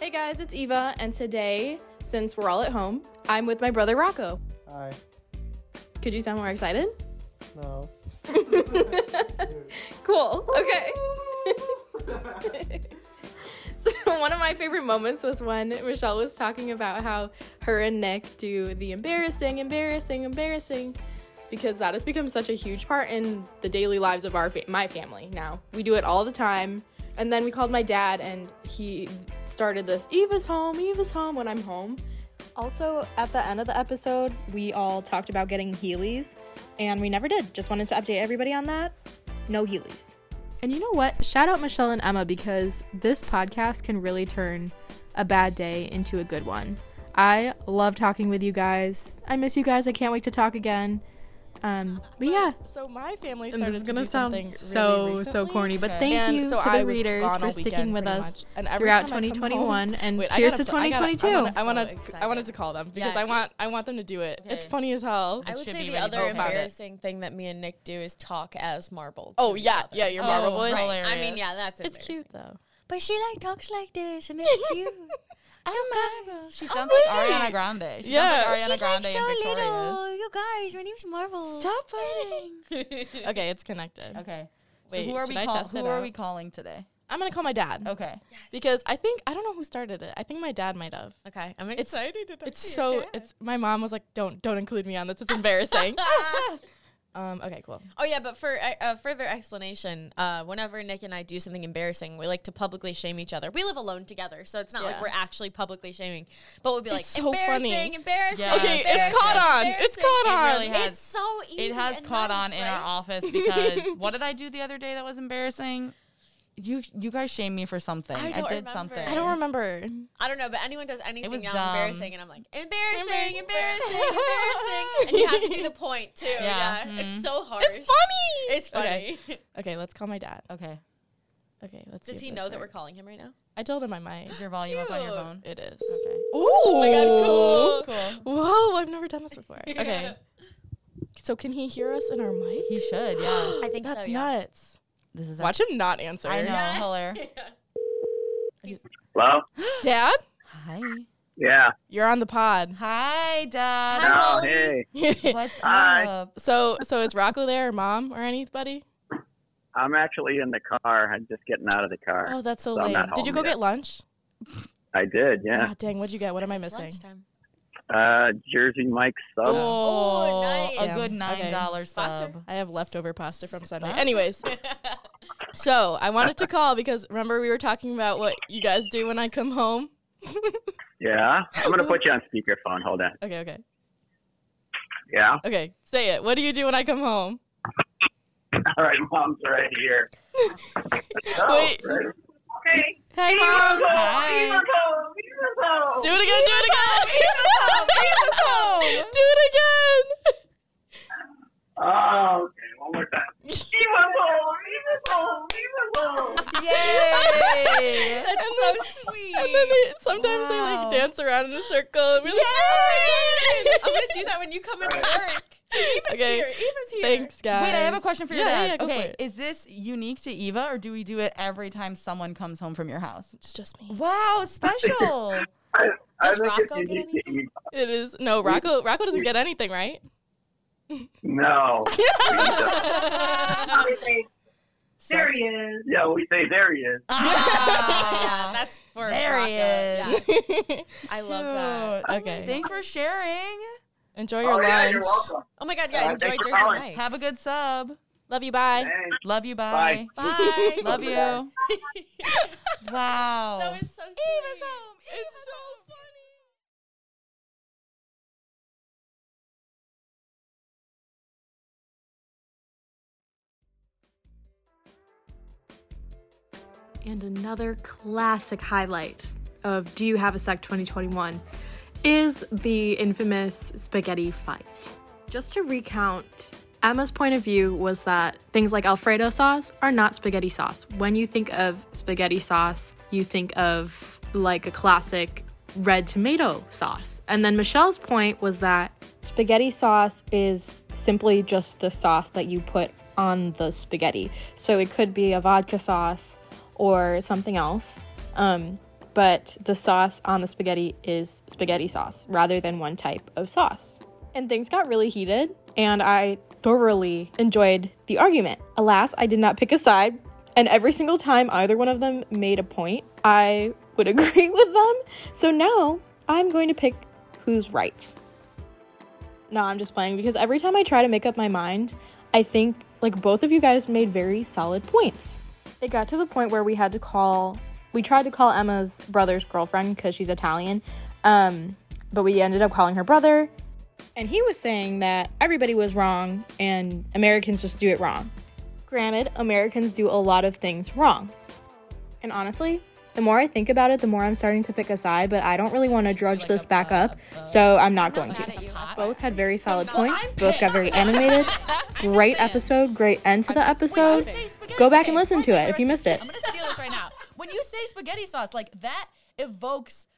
[SPEAKER 9] Hey guys, it's Eva, and today, since we're all at home, I'm with my brother Rocco.
[SPEAKER 3] Hi.
[SPEAKER 9] Could you sound more excited?
[SPEAKER 3] No.
[SPEAKER 9] Cool. Okay. so one of my favorite moments was when Michelle was talking about how her and Nick do the embarrassing, embarrassing, embarrassing, because that has become such a huge part in the daily lives of our fa- my family now. We do it all the time. And then we called my dad, and he started this Eva's home, Eva's home when I'm home. Also, at the end of the episode, we all talked about getting Heelys, and we never did. Just wanted to update everybody on that no Heelys. And you know what? Shout out Michelle and Emma because this podcast can really turn a bad day into a good one. I love talking with you guys. I miss you guys. I can't wait to talk again. Um, but yeah,
[SPEAKER 1] So my family
[SPEAKER 10] And
[SPEAKER 1] started
[SPEAKER 10] this is
[SPEAKER 1] to
[SPEAKER 10] gonna
[SPEAKER 1] do
[SPEAKER 10] sound
[SPEAKER 1] something
[SPEAKER 10] so
[SPEAKER 1] really
[SPEAKER 10] so
[SPEAKER 1] recently.
[SPEAKER 10] corny, but thank
[SPEAKER 1] And
[SPEAKER 10] you
[SPEAKER 1] so
[SPEAKER 10] to the
[SPEAKER 1] I was
[SPEAKER 10] readers
[SPEAKER 1] gone all
[SPEAKER 10] for sticking
[SPEAKER 1] weekend,
[SPEAKER 10] with
[SPEAKER 1] pretty
[SPEAKER 10] us
[SPEAKER 1] much. And every time
[SPEAKER 10] throughout
[SPEAKER 1] I come
[SPEAKER 10] 2021.
[SPEAKER 1] home-
[SPEAKER 10] and
[SPEAKER 1] Wait, I
[SPEAKER 10] cheers
[SPEAKER 1] gotta
[SPEAKER 10] to
[SPEAKER 1] pl- I gotta-
[SPEAKER 10] 2022.
[SPEAKER 1] I
[SPEAKER 5] so
[SPEAKER 1] want to. I
[SPEAKER 5] excited.
[SPEAKER 1] wanted to call them because
[SPEAKER 5] Yeah.
[SPEAKER 1] I want. I want them to do it. It's
[SPEAKER 7] Okay.
[SPEAKER 1] funny as hell.
[SPEAKER 5] I would
[SPEAKER 7] should
[SPEAKER 5] say
[SPEAKER 7] be
[SPEAKER 5] the
[SPEAKER 7] when you
[SPEAKER 5] other
[SPEAKER 7] go about it.
[SPEAKER 5] embarrassing thing that me and Nick do is talk as marble.
[SPEAKER 1] Oh yeah, yeah. Your marble
[SPEAKER 7] Oh,
[SPEAKER 1] boys.
[SPEAKER 7] hilarious.
[SPEAKER 5] I mean, yeah, that's
[SPEAKER 1] It's cute though.
[SPEAKER 8] But she like talks like this and it's cute.
[SPEAKER 7] Oh my gosh. She sounds like Ariana Grande. She
[SPEAKER 1] Yeah.
[SPEAKER 7] sounds like Ariana
[SPEAKER 8] She's like
[SPEAKER 7] Grande
[SPEAKER 8] so
[SPEAKER 7] in Victorious.
[SPEAKER 8] little. You guys, my name's Marvel.
[SPEAKER 1] Stop fighting. okay, it's connected.
[SPEAKER 7] Okay.
[SPEAKER 1] Wait,
[SPEAKER 7] so who are
[SPEAKER 1] should
[SPEAKER 7] we
[SPEAKER 1] I
[SPEAKER 7] call-
[SPEAKER 1] test
[SPEAKER 7] who
[SPEAKER 1] it
[SPEAKER 7] are
[SPEAKER 1] out?
[SPEAKER 7] we calling today?
[SPEAKER 1] I'm gonna call my dad
[SPEAKER 7] Okay.
[SPEAKER 1] because I think I don't know who started it. I think my dad might have.
[SPEAKER 5] Okay, I'm
[SPEAKER 1] It's
[SPEAKER 5] excited.
[SPEAKER 1] it's so it's my mom was like don't don't include me on this. It's embarrassing. um. Okay. Cool.
[SPEAKER 5] oh yeah, but for a uh, further explanation, uh, whenever Nick and I do something embarrassing, we like to publicly shame each other. We live alone together, so it's not like
[SPEAKER 1] Yeah.
[SPEAKER 5] we're actually publicly shaming, but we'll be like
[SPEAKER 1] so
[SPEAKER 5] embarrassing,
[SPEAKER 1] funny.
[SPEAKER 5] embarrassing.
[SPEAKER 7] Yeah.
[SPEAKER 1] Okay. It's
[SPEAKER 5] embarrassing,
[SPEAKER 1] caught on. It's
[SPEAKER 5] embarrassing."
[SPEAKER 1] caught on.
[SPEAKER 7] It really has.
[SPEAKER 8] It's so easy.
[SPEAKER 7] it has
[SPEAKER 8] and
[SPEAKER 7] caught on
[SPEAKER 8] nice,
[SPEAKER 7] in our
[SPEAKER 8] right?
[SPEAKER 7] office because what did I do the other day that was embarrassing? You you guys shamed me for something. I,
[SPEAKER 5] I don't
[SPEAKER 7] did
[SPEAKER 5] remember.
[SPEAKER 7] something.
[SPEAKER 1] I don't remember.
[SPEAKER 5] I don't know, but anyone does anything
[SPEAKER 7] was
[SPEAKER 5] now
[SPEAKER 7] dumb.
[SPEAKER 5] embarrassing, and I'm like, embarrassing,
[SPEAKER 1] Embarrassing.
[SPEAKER 5] embarrassing, embarrassing, and you have to do the point too. Yeah,
[SPEAKER 7] Yeah.
[SPEAKER 5] it's
[SPEAKER 7] Mhm.
[SPEAKER 5] so harsh. It's
[SPEAKER 1] Funny.
[SPEAKER 5] It's funny.
[SPEAKER 1] Okay. Let's call my dad.
[SPEAKER 7] Okay.
[SPEAKER 1] Okay. Let's.
[SPEAKER 5] Does
[SPEAKER 1] see
[SPEAKER 5] he
[SPEAKER 1] if
[SPEAKER 5] know
[SPEAKER 1] this
[SPEAKER 5] that we're
[SPEAKER 1] works.
[SPEAKER 5] calling him right now?
[SPEAKER 1] I told him I might.
[SPEAKER 7] Is your volume up on your
[SPEAKER 5] Cute.
[SPEAKER 7] phone?
[SPEAKER 1] It is.
[SPEAKER 7] Okay.
[SPEAKER 1] Ooh.
[SPEAKER 5] Oh
[SPEAKER 7] Oh, Cool.
[SPEAKER 1] Whoa, I've never done this before. Okay. So can he hear us in our mic?
[SPEAKER 7] He should, yeah.
[SPEAKER 1] I think That's nuts.
[SPEAKER 7] This is
[SPEAKER 1] Watch him not answer.
[SPEAKER 7] I know. Hello.
[SPEAKER 3] Hello?
[SPEAKER 1] Dad,
[SPEAKER 7] Hi.
[SPEAKER 3] Yeah.
[SPEAKER 1] you're on the pod.
[SPEAKER 7] Hi, Dad.
[SPEAKER 3] Oh, hey.
[SPEAKER 7] What's
[SPEAKER 3] Hi.
[SPEAKER 7] up?
[SPEAKER 1] so so is Rocco there or mom or anybody?
[SPEAKER 3] I'm actually in the car. I'm just getting out of the car.
[SPEAKER 1] Oh, that's so
[SPEAKER 3] So I'm
[SPEAKER 1] lame.
[SPEAKER 3] not
[SPEAKER 1] Did you
[SPEAKER 3] home
[SPEAKER 1] go
[SPEAKER 3] yet.
[SPEAKER 1] get lunch?
[SPEAKER 3] I did, yeah.
[SPEAKER 1] Oh, dang, what'd you get? What am I missing?
[SPEAKER 5] lunchtime.
[SPEAKER 3] Uh, Jersey Mike's sub.
[SPEAKER 1] Oh,
[SPEAKER 5] nice.
[SPEAKER 7] A good
[SPEAKER 1] Okay.
[SPEAKER 7] nine dollar sub.
[SPEAKER 1] I have leftover pasta from Sunday. Anyways, so I wanted to call because remember we were talking about what you guys do when I come home?
[SPEAKER 3] Yeah. I'm going to put you on speakerphone. Hold on.
[SPEAKER 1] Okay, okay.
[SPEAKER 3] Yeah.
[SPEAKER 1] Okay, say it. What do you do when I come home?
[SPEAKER 3] All right. Mom's right here. Oh,
[SPEAKER 1] Wait. Hey, mom.
[SPEAKER 7] Hi.
[SPEAKER 1] Do it again. Do it again. Do it again.
[SPEAKER 3] Oh, okay. One more time.
[SPEAKER 7] Yay.
[SPEAKER 1] That's so sweet. And then they, sometimes they like
[SPEAKER 7] Wow.
[SPEAKER 1] dance around in a circle. And we're like, "Oh
[SPEAKER 5] I'm gonna do that when you come in work. Eva's
[SPEAKER 1] Okay.
[SPEAKER 5] here. Eva's here.
[SPEAKER 1] Thanks, guys.
[SPEAKER 7] Wait, I have a question for your
[SPEAKER 1] Yeah,
[SPEAKER 7] dad.
[SPEAKER 1] yeah, yeah, go for
[SPEAKER 7] okay,
[SPEAKER 1] it.
[SPEAKER 7] is this unique to Eva, or do we do it every time someone comes home from your house?
[SPEAKER 1] It's just me.
[SPEAKER 7] Wow, special!
[SPEAKER 3] I,
[SPEAKER 5] Does
[SPEAKER 3] I think
[SPEAKER 5] Rocco
[SPEAKER 3] it's
[SPEAKER 5] get
[SPEAKER 3] unique to Eva.
[SPEAKER 1] It is no Rocco. Rocco doesn't get anything, right?
[SPEAKER 3] No.
[SPEAKER 7] there he
[SPEAKER 3] yeah, we say there he is.
[SPEAKER 5] Yeah, that's for
[SPEAKER 7] Ah, there he
[SPEAKER 5] Rocco.
[SPEAKER 7] is.
[SPEAKER 5] Yeah. I love that.
[SPEAKER 1] Okay.
[SPEAKER 7] Thanks for sharing.
[SPEAKER 1] Enjoy your
[SPEAKER 3] Oh,
[SPEAKER 1] lunch.
[SPEAKER 3] yeah, you're welcome.
[SPEAKER 5] Oh my god, yeah,
[SPEAKER 3] Uh,
[SPEAKER 5] enjoy
[SPEAKER 3] thanks for
[SPEAKER 5] Jersey
[SPEAKER 3] calling.
[SPEAKER 5] Mike's.
[SPEAKER 7] Have a good sub.
[SPEAKER 1] Love you. Bye.
[SPEAKER 3] Thanks.
[SPEAKER 7] Love you. Bye.
[SPEAKER 5] bye.
[SPEAKER 7] Love you. wow.
[SPEAKER 5] That was so sweet.
[SPEAKER 1] It's so funny.
[SPEAKER 11] And another classic highlight of Do You Have a Sec 2021
[SPEAKER 1] is the infamous spaghetti fight. Just to recount, Emma's point of view was that things like Alfredo sauce are not spaghetti sauce. When you think of spaghetti sauce, you think of like a classic red tomato sauce. And then Michelle's point was that spaghetti sauce is simply just the sauce that you put on the spaghetti. So it could be a vodka sauce or something else. Um, but the sauce on the spaghetti is spaghetti sauce rather than one type of sauce. And things got really heated, and I thoroughly enjoyed the argument. Alas, I did not pick a side, and every single time either one of them made a point, I would agree with them. So now I'm going to pick who's right. No, I'm just playing because every time I try to make up my mind, I think like both of you guys made very solid points. It got to the point where we had to call, we tried to call Emma's brother's girlfriend because she's Italian, um, but we ended up calling her brother. And he was saying that everybody was wrong and Americans just do it wrong. Granted, Americans do a lot of things wrong. And honestly, the more I think about it, the more I'm starting to pick a side, but I don't really want to drudge this back up, so I'm not going to. Both had very solid points, both got very animated. Great episode, great end to the episode.
[SPEAKER 7] When you say spaghetti-
[SPEAKER 1] Go back and
[SPEAKER 7] okay,
[SPEAKER 1] listen
[SPEAKER 7] one
[SPEAKER 1] to
[SPEAKER 7] thing
[SPEAKER 1] it if you missed it.
[SPEAKER 7] I'm gonna steal this right now. When you say spaghetti sauce, like that evokes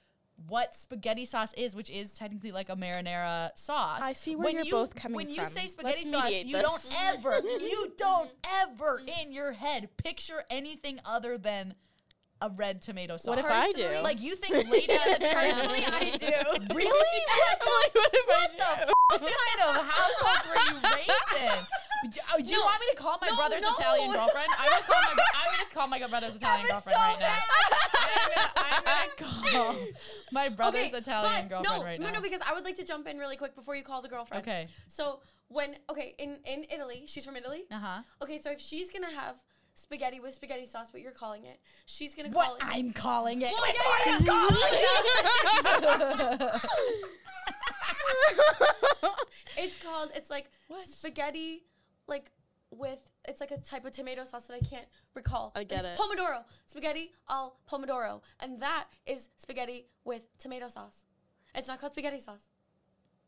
[SPEAKER 7] what spaghetti sauce is, which is technically like a marinara sauce.
[SPEAKER 12] I see where
[SPEAKER 7] when
[SPEAKER 12] you're
[SPEAKER 7] you,
[SPEAKER 12] both coming
[SPEAKER 7] When you
[SPEAKER 12] from.
[SPEAKER 7] say
[SPEAKER 12] Let's
[SPEAKER 7] spaghetti sauce,
[SPEAKER 12] mediate
[SPEAKER 7] you
[SPEAKER 12] this.
[SPEAKER 7] don't ever, you don't ever in your head picture anything other than a red tomato sauce.
[SPEAKER 12] What if I do?
[SPEAKER 7] Like you think lady at the
[SPEAKER 5] Personally,
[SPEAKER 7] tree.
[SPEAKER 5] I do.
[SPEAKER 7] Really? What the, what the f- kind of households were you raised in? Do- oh, you want me to call my brother's
[SPEAKER 5] no.
[SPEAKER 7] Italian girlfriend? I'm gonna call my, I'm gonna call my brother's Italian girlfriend right now. I'm gonna, I'm gonna call my brother's
[SPEAKER 5] Okay,
[SPEAKER 7] Italian
[SPEAKER 5] but
[SPEAKER 7] girlfriend
[SPEAKER 5] no,
[SPEAKER 7] right
[SPEAKER 5] no,
[SPEAKER 7] now.
[SPEAKER 5] No, because I would like to jump in really quick before you call the girlfriend.
[SPEAKER 7] Okay.
[SPEAKER 5] So when okay in in Italy, she's from Italy.
[SPEAKER 7] uh huh.
[SPEAKER 5] Okay, so if she's gonna have spaghetti with spaghetti sauce, what you're calling it, she's gonna call
[SPEAKER 7] What
[SPEAKER 5] it.
[SPEAKER 7] I'm calling it.
[SPEAKER 5] Well,
[SPEAKER 7] It's
[SPEAKER 5] yeah,
[SPEAKER 7] what
[SPEAKER 5] yeah,
[SPEAKER 7] it's
[SPEAKER 5] yeah.
[SPEAKER 7] called.
[SPEAKER 5] It's called. It's like spaghetti, like with. It's like a type of tomato sauce that I can't recall. I
[SPEAKER 12] get it.
[SPEAKER 5] Pomodoro spaghetti al pomodoro, and that is spaghetti with tomato sauce. It's not called spaghetti sauce.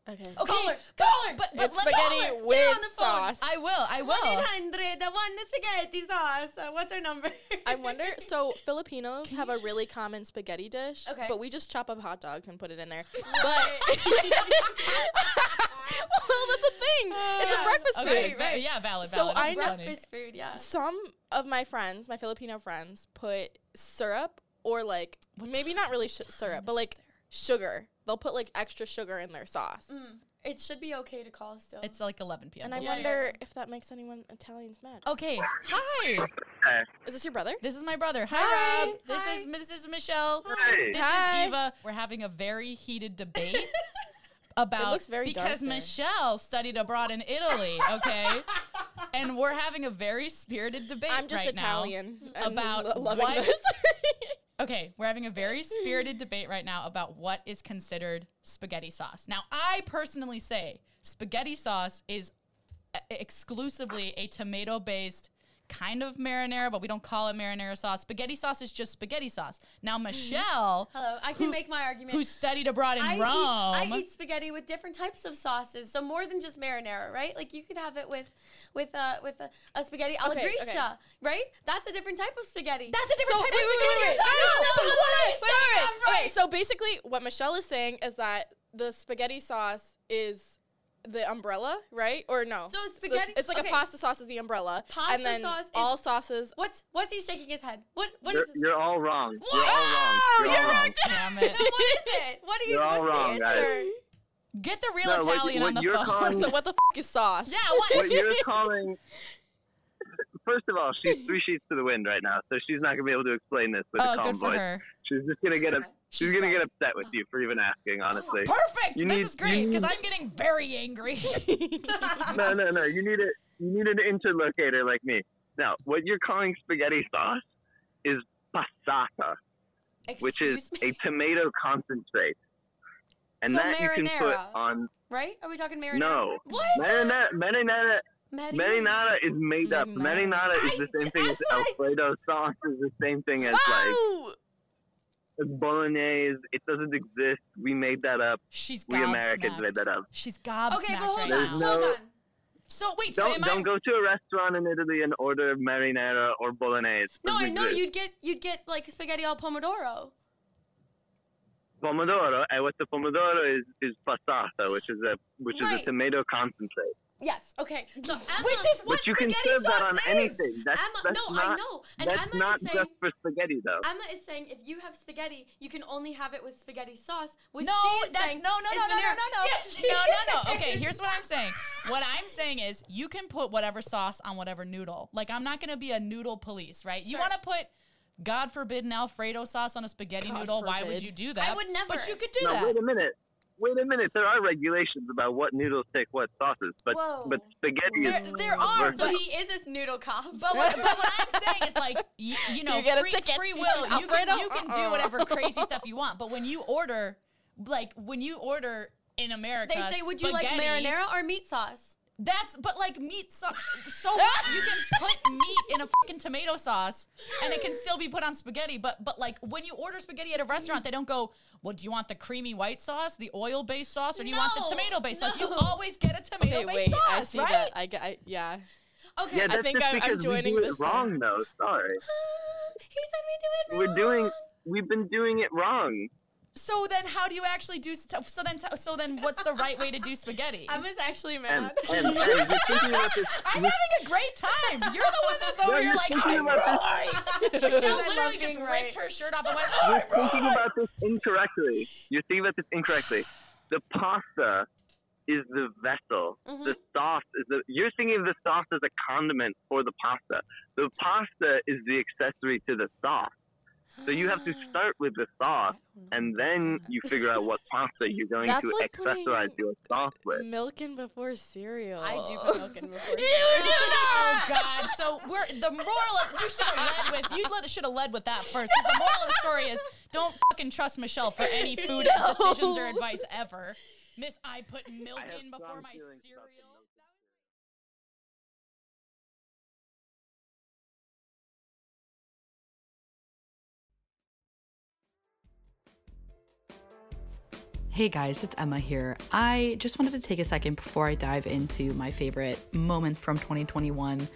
[SPEAKER 12] Okay.
[SPEAKER 5] Oh, call her, call her.
[SPEAKER 7] But, but
[SPEAKER 12] It's
[SPEAKER 7] let me-
[SPEAKER 12] spaghetti
[SPEAKER 5] Get
[SPEAKER 12] with
[SPEAKER 5] on the phone.
[SPEAKER 12] sauce.
[SPEAKER 7] I will. I
[SPEAKER 5] One
[SPEAKER 7] will.
[SPEAKER 5] eight hundred. The one spaghetti sauce. Uh, what's her number?
[SPEAKER 12] I wonder. So Filipinos have a really common spaghetti dish,
[SPEAKER 5] Okay.
[SPEAKER 12] but we just chop up hot dogs and put it in there. but well, that's a thing. it's a breakfast
[SPEAKER 7] Okay.
[SPEAKER 12] food.
[SPEAKER 7] va- Yeah. Valid.
[SPEAKER 12] So
[SPEAKER 7] Valid.
[SPEAKER 12] I
[SPEAKER 7] It's
[SPEAKER 12] know-
[SPEAKER 7] funny.
[SPEAKER 5] breakfast food. Yeah.
[SPEAKER 12] Some of my friends, my Filipino friends, put syrup or like maybe not really sh- syrup, but like sugar. They'll put like extra sugar in their sauce.
[SPEAKER 5] Mm. It should be okay to call still.
[SPEAKER 7] It's like 11 p.m.
[SPEAKER 12] And I
[SPEAKER 5] Yeah, yeah,
[SPEAKER 12] wonder
[SPEAKER 5] yeah.
[SPEAKER 12] if that makes anyone Italians mad.
[SPEAKER 7] okay. Hi.
[SPEAKER 13] Hey,
[SPEAKER 12] Is this your brother?
[SPEAKER 7] This Oh, is my brother. Hi,
[SPEAKER 5] Hi.
[SPEAKER 7] Rob. This
[SPEAKER 5] Hi.
[SPEAKER 7] is this is Michelle.
[SPEAKER 13] Hi.
[SPEAKER 7] This
[SPEAKER 12] Hi.
[SPEAKER 7] is Eva. We're having a very heated debate about
[SPEAKER 12] looks very dark
[SPEAKER 7] because
[SPEAKER 12] there.
[SPEAKER 7] Michelle studied abroad in Italy, okay? and we're having a very spirited debate
[SPEAKER 12] I'm just
[SPEAKER 7] right now
[SPEAKER 12] Italian. I'm
[SPEAKER 7] about
[SPEAKER 12] lo- loving
[SPEAKER 7] what-
[SPEAKER 12] this.
[SPEAKER 7] Okay, we're having a very spirited debate right now about what is considered spaghetti sauce. Now, I personally say spaghetti sauce is e- exclusively a tomato based kind of marinara, but we don't call it marinara sauce. Spaghetti sauce is just spaghetti sauce. Now, Michelle,
[SPEAKER 5] Hello. I can make my argument.
[SPEAKER 7] who studied abroad in
[SPEAKER 5] I eat,
[SPEAKER 7] Rome,
[SPEAKER 5] I eat spaghetti with different types of sauces, so more than just marinara, right? Like you could have it with, with uh, with a, a spaghetti alla
[SPEAKER 12] Okay,
[SPEAKER 5] grecia,
[SPEAKER 12] okay.
[SPEAKER 5] right? That's a different type of spaghetti. That's a
[SPEAKER 12] So wait, wait, wait, wait.
[SPEAKER 5] No, no, no, no,
[SPEAKER 12] Wait, wait, wait. Okay, so basically, what Michelle is saying is that the spaghetti sauce is the umbrella, right? Or no?
[SPEAKER 5] So
[SPEAKER 12] it's-
[SPEAKER 5] spaghetti-
[SPEAKER 12] It's like
[SPEAKER 5] okay.
[SPEAKER 12] a pasta sauce is the umbrella.
[SPEAKER 5] Pasta
[SPEAKER 12] and then
[SPEAKER 5] sauce is-
[SPEAKER 12] all sauces.
[SPEAKER 5] What's what's he shaking his head? What what
[SPEAKER 13] you're,
[SPEAKER 5] is this?
[SPEAKER 13] you're all wrong. You're all wrong.
[SPEAKER 5] Wow,
[SPEAKER 13] You're all wrong.
[SPEAKER 7] damn it.
[SPEAKER 5] Then what is it? What are you?
[SPEAKER 13] You're all
[SPEAKER 5] what's
[SPEAKER 13] wrong,
[SPEAKER 5] the
[SPEAKER 13] guys.
[SPEAKER 5] answer?
[SPEAKER 7] Get the real
[SPEAKER 13] No, what-
[SPEAKER 7] Italian
[SPEAKER 13] what
[SPEAKER 7] on the
[SPEAKER 13] you're
[SPEAKER 7] phone.
[SPEAKER 13] calling-
[SPEAKER 12] So what the f- is sauce?
[SPEAKER 7] yeah, what?
[SPEAKER 13] What you're calling. First of all, she's three sheets to the wind right now, so she's not gonna be able to explain this with
[SPEAKER 7] oh,
[SPEAKER 13] a calm
[SPEAKER 7] good for
[SPEAKER 13] voice.
[SPEAKER 7] her.
[SPEAKER 13] She's just gonna get a, she's,
[SPEAKER 7] She's Oh,
[SPEAKER 13] gonna
[SPEAKER 7] drunk.
[SPEAKER 13] get upset with you for even asking, honestly.
[SPEAKER 7] Perfect.
[SPEAKER 13] You
[SPEAKER 7] this
[SPEAKER 13] need-
[SPEAKER 7] is great
[SPEAKER 13] you-
[SPEAKER 7] because I'm getting very angry.
[SPEAKER 13] no, no, no. You need a you need an interlocutor like me. Now, what you're calling spaghetti sauce is passata, which is
[SPEAKER 5] Excuse me?
[SPEAKER 13] a tomato concentrate, and
[SPEAKER 5] So
[SPEAKER 13] that you can put
[SPEAKER 5] marinara.
[SPEAKER 13] on
[SPEAKER 5] Right? Are we talking marinara?
[SPEAKER 13] no
[SPEAKER 5] What?
[SPEAKER 13] marinara. Marinara,
[SPEAKER 5] Marinara.
[SPEAKER 13] marinara is made up.
[SPEAKER 12] Marinara.
[SPEAKER 13] Marinara is the same thing as
[SPEAKER 5] that's what I-
[SPEAKER 13] Alfredo sauce. Is the same thing as like
[SPEAKER 12] Oh!
[SPEAKER 13] bolognese. It doesn't exist. We made that up.
[SPEAKER 14] She's
[SPEAKER 13] We Americans
[SPEAKER 14] gobsmacked.
[SPEAKER 13] made that up.
[SPEAKER 14] She's gobsmacked
[SPEAKER 12] Okay, but hold
[SPEAKER 14] right
[SPEAKER 12] on,
[SPEAKER 13] There's
[SPEAKER 14] now.
[SPEAKER 12] hold
[SPEAKER 13] no-
[SPEAKER 12] on.
[SPEAKER 14] So wait, so
[SPEAKER 13] Don't
[SPEAKER 14] am
[SPEAKER 13] don't
[SPEAKER 14] I?
[SPEAKER 13] go to a restaurant in Italy and order marinara or bolognese.
[SPEAKER 12] No, I
[SPEAKER 13] Doesn't
[SPEAKER 12] know
[SPEAKER 13] exist.
[SPEAKER 12] you'd get you'd get like spaghetti al pomodoro.
[SPEAKER 13] pomodoro, and what the pomodoro is is passata, which is a which is
[SPEAKER 12] Right.
[SPEAKER 13] a tomato concentrate.
[SPEAKER 12] Yes. Okay. So Emma,
[SPEAKER 14] Which is what
[SPEAKER 13] but you can
[SPEAKER 14] spaghetti
[SPEAKER 13] serve that
[SPEAKER 14] sauce
[SPEAKER 13] on
[SPEAKER 14] is.
[SPEAKER 13] anything. That's,
[SPEAKER 12] Emma.
[SPEAKER 13] that's
[SPEAKER 12] no,
[SPEAKER 13] not,
[SPEAKER 12] I know. And
[SPEAKER 13] that's
[SPEAKER 12] Emma
[SPEAKER 13] not
[SPEAKER 12] is saying
[SPEAKER 13] just for spaghetti though.
[SPEAKER 12] Emma is saying if you have spaghetti, you can only have it with spaghetti sauce. Which
[SPEAKER 14] No,
[SPEAKER 12] she is
[SPEAKER 14] that's
[SPEAKER 12] saying
[SPEAKER 14] no, no,
[SPEAKER 12] is
[SPEAKER 14] no, no, no,
[SPEAKER 12] Marinara.
[SPEAKER 14] no, no,
[SPEAKER 12] Yes, she
[SPEAKER 14] no, no, no.
[SPEAKER 12] is.
[SPEAKER 14] Okay, here's what I'm saying. What I'm saying is, you can put whatever sauce on whatever noodle. Like, I'm not gonna be a noodle police, right? You
[SPEAKER 12] Sure.
[SPEAKER 14] want to put, God forbid, an Alfredo sauce on a spaghetti
[SPEAKER 1] God
[SPEAKER 14] noodle? Why would
[SPEAKER 1] forbid.
[SPEAKER 14] you do that?
[SPEAKER 12] I would never.
[SPEAKER 14] But you could do
[SPEAKER 13] no,
[SPEAKER 14] that.
[SPEAKER 13] wait a minute. Wait a minute. There are regulations about what noodles take what sauces, but
[SPEAKER 12] Whoa.
[SPEAKER 13] but spaghetti
[SPEAKER 14] There,
[SPEAKER 13] is
[SPEAKER 14] there are.
[SPEAKER 12] So
[SPEAKER 14] But,
[SPEAKER 12] he is this noodle cop.
[SPEAKER 14] but, what, but what I'm saying is like you, you know
[SPEAKER 1] You get a
[SPEAKER 14] free,
[SPEAKER 1] ticket.
[SPEAKER 14] free will. You
[SPEAKER 1] Alfredo?
[SPEAKER 14] can you can do
[SPEAKER 1] Uh-uh.
[SPEAKER 14] whatever crazy stuff you want. But when you order, like when you order in America,
[SPEAKER 12] they say, would you like
[SPEAKER 14] spaghetti-
[SPEAKER 12] marinara or meat sauce?
[SPEAKER 14] That's but like meat sauce. So what? you can put meat in a fucking tomato sauce, and it can still be put on spaghetti. But but like when you order spaghetti at a restaurant, they don't go, "Well, do you want the creamy white sauce, the oil-based sauce, or do you want the
[SPEAKER 12] No,
[SPEAKER 14] tomato-based sauce?" You
[SPEAKER 12] no.
[SPEAKER 14] always get a
[SPEAKER 1] Okay,
[SPEAKER 14] tomato-based
[SPEAKER 1] wait.
[SPEAKER 14] sauce,
[SPEAKER 1] I see
[SPEAKER 14] right?
[SPEAKER 1] that. I get. I, yeah.
[SPEAKER 12] Okay.
[SPEAKER 13] Yeah,
[SPEAKER 1] I
[SPEAKER 13] that's
[SPEAKER 1] think
[SPEAKER 13] just
[SPEAKER 1] I'm- I'm
[SPEAKER 13] because
[SPEAKER 1] joining
[SPEAKER 13] we do
[SPEAKER 1] this
[SPEAKER 13] it wrong,
[SPEAKER 1] time.
[SPEAKER 13] though. Sorry,
[SPEAKER 12] he said we do it.
[SPEAKER 13] we're doing
[SPEAKER 12] wrong.
[SPEAKER 13] we've been doing it wrong.
[SPEAKER 14] So then, how do you actually do? st- So then, t- so then, what's the right way to do spaghetti?
[SPEAKER 12] I was actually
[SPEAKER 13] And
[SPEAKER 12] mad.
[SPEAKER 13] and, and you're thinking about this.
[SPEAKER 14] I'm having
[SPEAKER 13] you're-
[SPEAKER 14] a great time. You're the one that's
[SPEAKER 13] no,
[SPEAKER 14] over.
[SPEAKER 13] you're
[SPEAKER 14] You're like,
[SPEAKER 13] thinking
[SPEAKER 14] I'm
[SPEAKER 13] about this.
[SPEAKER 14] Michelle
[SPEAKER 12] I love
[SPEAKER 14] literally just
[SPEAKER 12] being
[SPEAKER 14] ripped
[SPEAKER 12] right.
[SPEAKER 14] her shirt off and went, "Oh,
[SPEAKER 13] You're thinking about this incorrectly. You're thinking about this incorrectly. The pasta is the vessel. The sauce is the. You're thinking of the sauce as a condiment for the pasta. The pasta is the accessory to the sauce. So you have to start with the sauce, and then you figure out what pasta you're going
[SPEAKER 1] That's
[SPEAKER 13] to
[SPEAKER 1] like putting-
[SPEAKER 13] accessorize your sauce with.
[SPEAKER 1] Milk in before cereal.
[SPEAKER 15] I do put milk in before.
[SPEAKER 14] You do not. Oh God! So we're the moral of you should have led with you let, should have led with that first. 'cause The moral of the story is don't fucking trust Michelle for any food decisions or advice ever. Miss, I put milk
[SPEAKER 13] I have
[SPEAKER 14] in before
[SPEAKER 13] strong
[SPEAKER 14] my
[SPEAKER 13] feelings about the
[SPEAKER 14] cereal.
[SPEAKER 13] milk.
[SPEAKER 7] Hey guys, it's Emma here. I just wanted to take a second before I dive into my favorite moments from 2021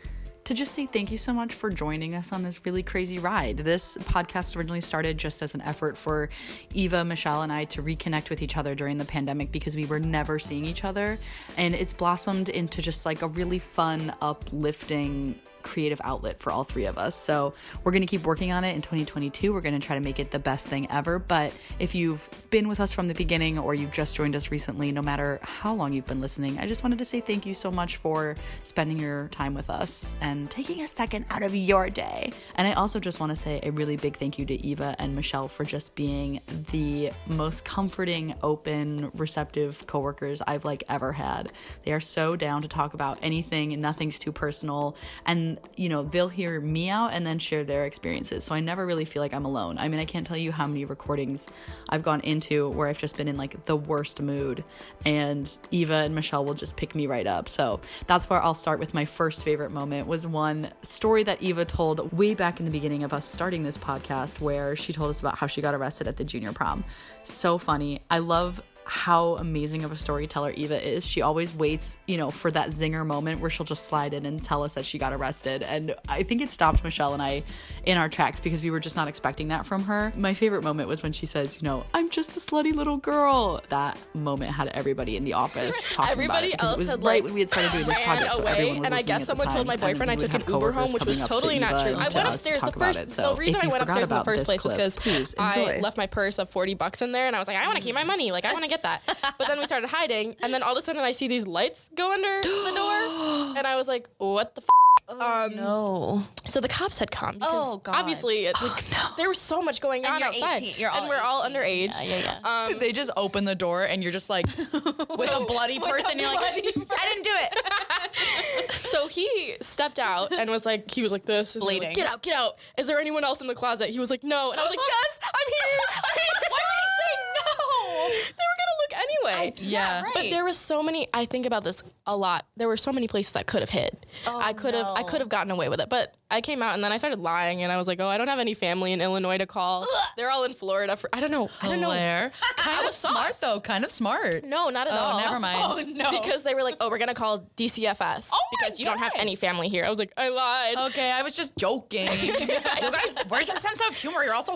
[SPEAKER 7] to just say thank you so much for joining us on this really crazy ride. This podcast originally started just as an effort for Eva, Michelle, and I to reconnect with each other during the pandemic because we were never seeing each other. And it's blossomed into just like a really fun, uplifting, creative outlet for all three of us. So we're going to keep working on it in 2022. We're going to try to make it the best thing ever. But if you've been with us from the beginning or you've just joined us recently, no matter how long you've been listening, I just wanted to say thank you so much for spending your time with us and taking a second out of your day. And I also just want to say a really big thank you to Eva and Michelle for just being the most comforting, open, receptive coworkers I've like ever had. They are so down to talk about anything and nothing's too personal. And, you know, they'll hear me out and then share their experiences. So I never really feel like I'm alone. I mean, I can't tell you how many recordings I've gone into where I've just been in like the worst mood. And Eva and Michelle will just pick me right up. So that's where I'll start with my first favorite moment was one story that Eva told way back in the beginning of us starting this podcast where she told us about how she got arrested at the junior prom. So funny. I love how amazing of a storyteller Eva is. She always waits, you know, for that zinger moment where she'll just slide in and tell us that she got arrested. And I think it stopped Michelle and I in our tracks because we were just not expecting that from her. My favorite moment was when she says, you know, I'm just a slutty little girl. That moment had everybody in the office talking about it
[SPEAKER 1] Everybody
[SPEAKER 7] because
[SPEAKER 1] else
[SPEAKER 7] it was
[SPEAKER 1] had,
[SPEAKER 7] right
[SPEAKER 1] like,
[SPEAKER 7] when we had started doing this
[SPEAKER 1] ran
[SPEAKER 7] project. so
[SPEAKER 1] away,
[SPEAKER 7] everyone was
[SPEAKER 1] and I
[SPEAKER 7] listening at
[SPEAKER 1] guess
[SPEAKER 7] the
[SPEAKER 1] someone told
[SPEAKER 7] time,
[SPEAKER 1] my
[SPEAKER 7] and then
[SPEAKER 1] boyfriend
[SPEAKER 7] we
[SPEAKER 1] I
[SPEAKER 7] would
[SPEAKER 1] took
[SPEAKER 7] have
[SPEAKER 1] an Uber
[SPEAKER 7] coworkers
[SPEAKER 1] home, which was
[SPEAKER 7] coming up to
[SPEAKER 1] totally not
[SPEAKER 7] Eva
[SPEAKER 1] true.
[SPEAKER 7] and
[SPEAKER 1] I
[SPEAKER 7] to
[SPEAKER 1] went
[SPEAKER 7] us to
[SPEAKER 1] upstairs. The
[SPEAKER 7] talk about
[SPEAKER 1] first,
[SPEAKER 7] it. So
[SPEAKER 1] the reason
[SPEAKER 7] if
[SPEAKER 1] I
[SPEAKER 7] you
[SPEAKER 1] went
[SPEAKER 7] forgot
[SPEAKER 1] upstairs
[SPEAKER 7] about
[SPEAKER 1] in the first
[SPEAKER 7] this
[SPEAKER 1] place was
[SPEAKER 7] clip,
[SPEAKER 1] because
[SPEAKER 7] please
[SPEAKER 1] I
[SPEAKER 7] enjoy.
[SPEAKER 1] left my purse of forty bucks in there, and I was like, I want to keep my money. Like I want to get that. But then we started hiding, and then all of a sudden I see these lights go under the door, and I was like, What the? F-?
[SPEAKER 7] Oh,
[SPEAKER 1] Um,
[SPEAKER 16] No.
[SPEAKER 1] So the cops had come because
[SPEAKER 16] Oh, God.
[SPEAKER 1] obviously it, like,
[SPEAKER 7] Oh,
[SPEAKER 1] there was so much going on
[SPEAKER 16] you're
[SPEAKER 1] outside,
[SPEAKER 16] 18 you're
[SPEAKER 1] and
[SPEAKER 16] all
[SPEAKER 1] we're all
[SPEAKER 16] 18,
[SPEAKER 1] underage.
[SPEAKER 16] Yeah, yeah, yeah.
[SPEAKER 1] Um,
[SPEAKER 5] They just open the door and you're just like with a bloody person. You're like, I didn't do it.
[SPEAKER 1] So he stepped out and was like, he was like this, and they were like,
[SPEAKER 5] Bleeding.
[SPEAKER 1] get out, get out. Is there anyone else in the closet? He was like, no. And I was like, yes, I'm here. I'm here. Why would he say no? They were gonna look anyway.
[SPEAKER 5] Yeah.
[SPEAKER 1] But there was so many. I think about this a lot. There were so many places I could have hid. I could have. I could have gotten away with it. But I came out and then I started lying and I was like, oh, I don't have any family in Illinois to call. They're all in Florida. For, I don't know. I don't know.
[SPEAKER 12] Blair. Kind of smart though. Kind of smart.
[SPEAKER 1] No, not at
[SPEAKER 12] oh,
[SPEAKER 1] all.
[SPEAKER 12] never mind.
[SPEAKER 1] Because they were like, oh, we're gonna call DCFS because you don't have any family here. I was like, I lied.
[SPEAKER 12] Okay, I was just joking. you guys, where's your sense of humor? You're all so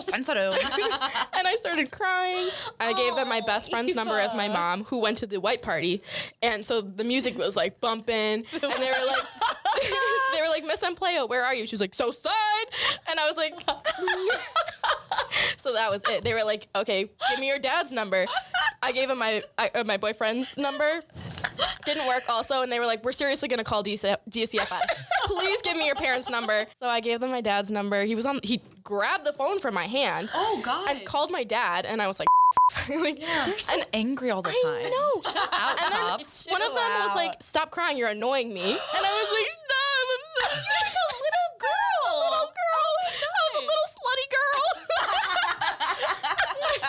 [SPEAKER 12] sensitive.
[SPEAKER 1] and I started crying. I gave them my best friend's number as my mom, who went to the white party, and so the music was like bumping, and they were like, they were like, Miss Empleo, where are you? She was like, so side, and I was like. So that was it. They were like, "Okay, give me your dad's number." I gave him my I, uh, my boyfriend's number. Didn't work also, and they were like, "We're seriously gonna call DC, DCFS. Please give me your parents' number." So I gave them my dad's number. He was on. He grabbed the phone from my hand. Oh God! And called my dad, and I was like, like
[SPEAKER 12] They're so angry all the time.
[SPEAKER 1] I know.
[SPEAKER 12] Out,
[SPEAKER 1] And then
[SPEAKER 12] cops.
[SPEAKER 1] one of them was like, "Stop crying, you're annoying me," and I was like, "Stop, I'm so like a little girl, Oh a little girl, I was a little slutty girl." and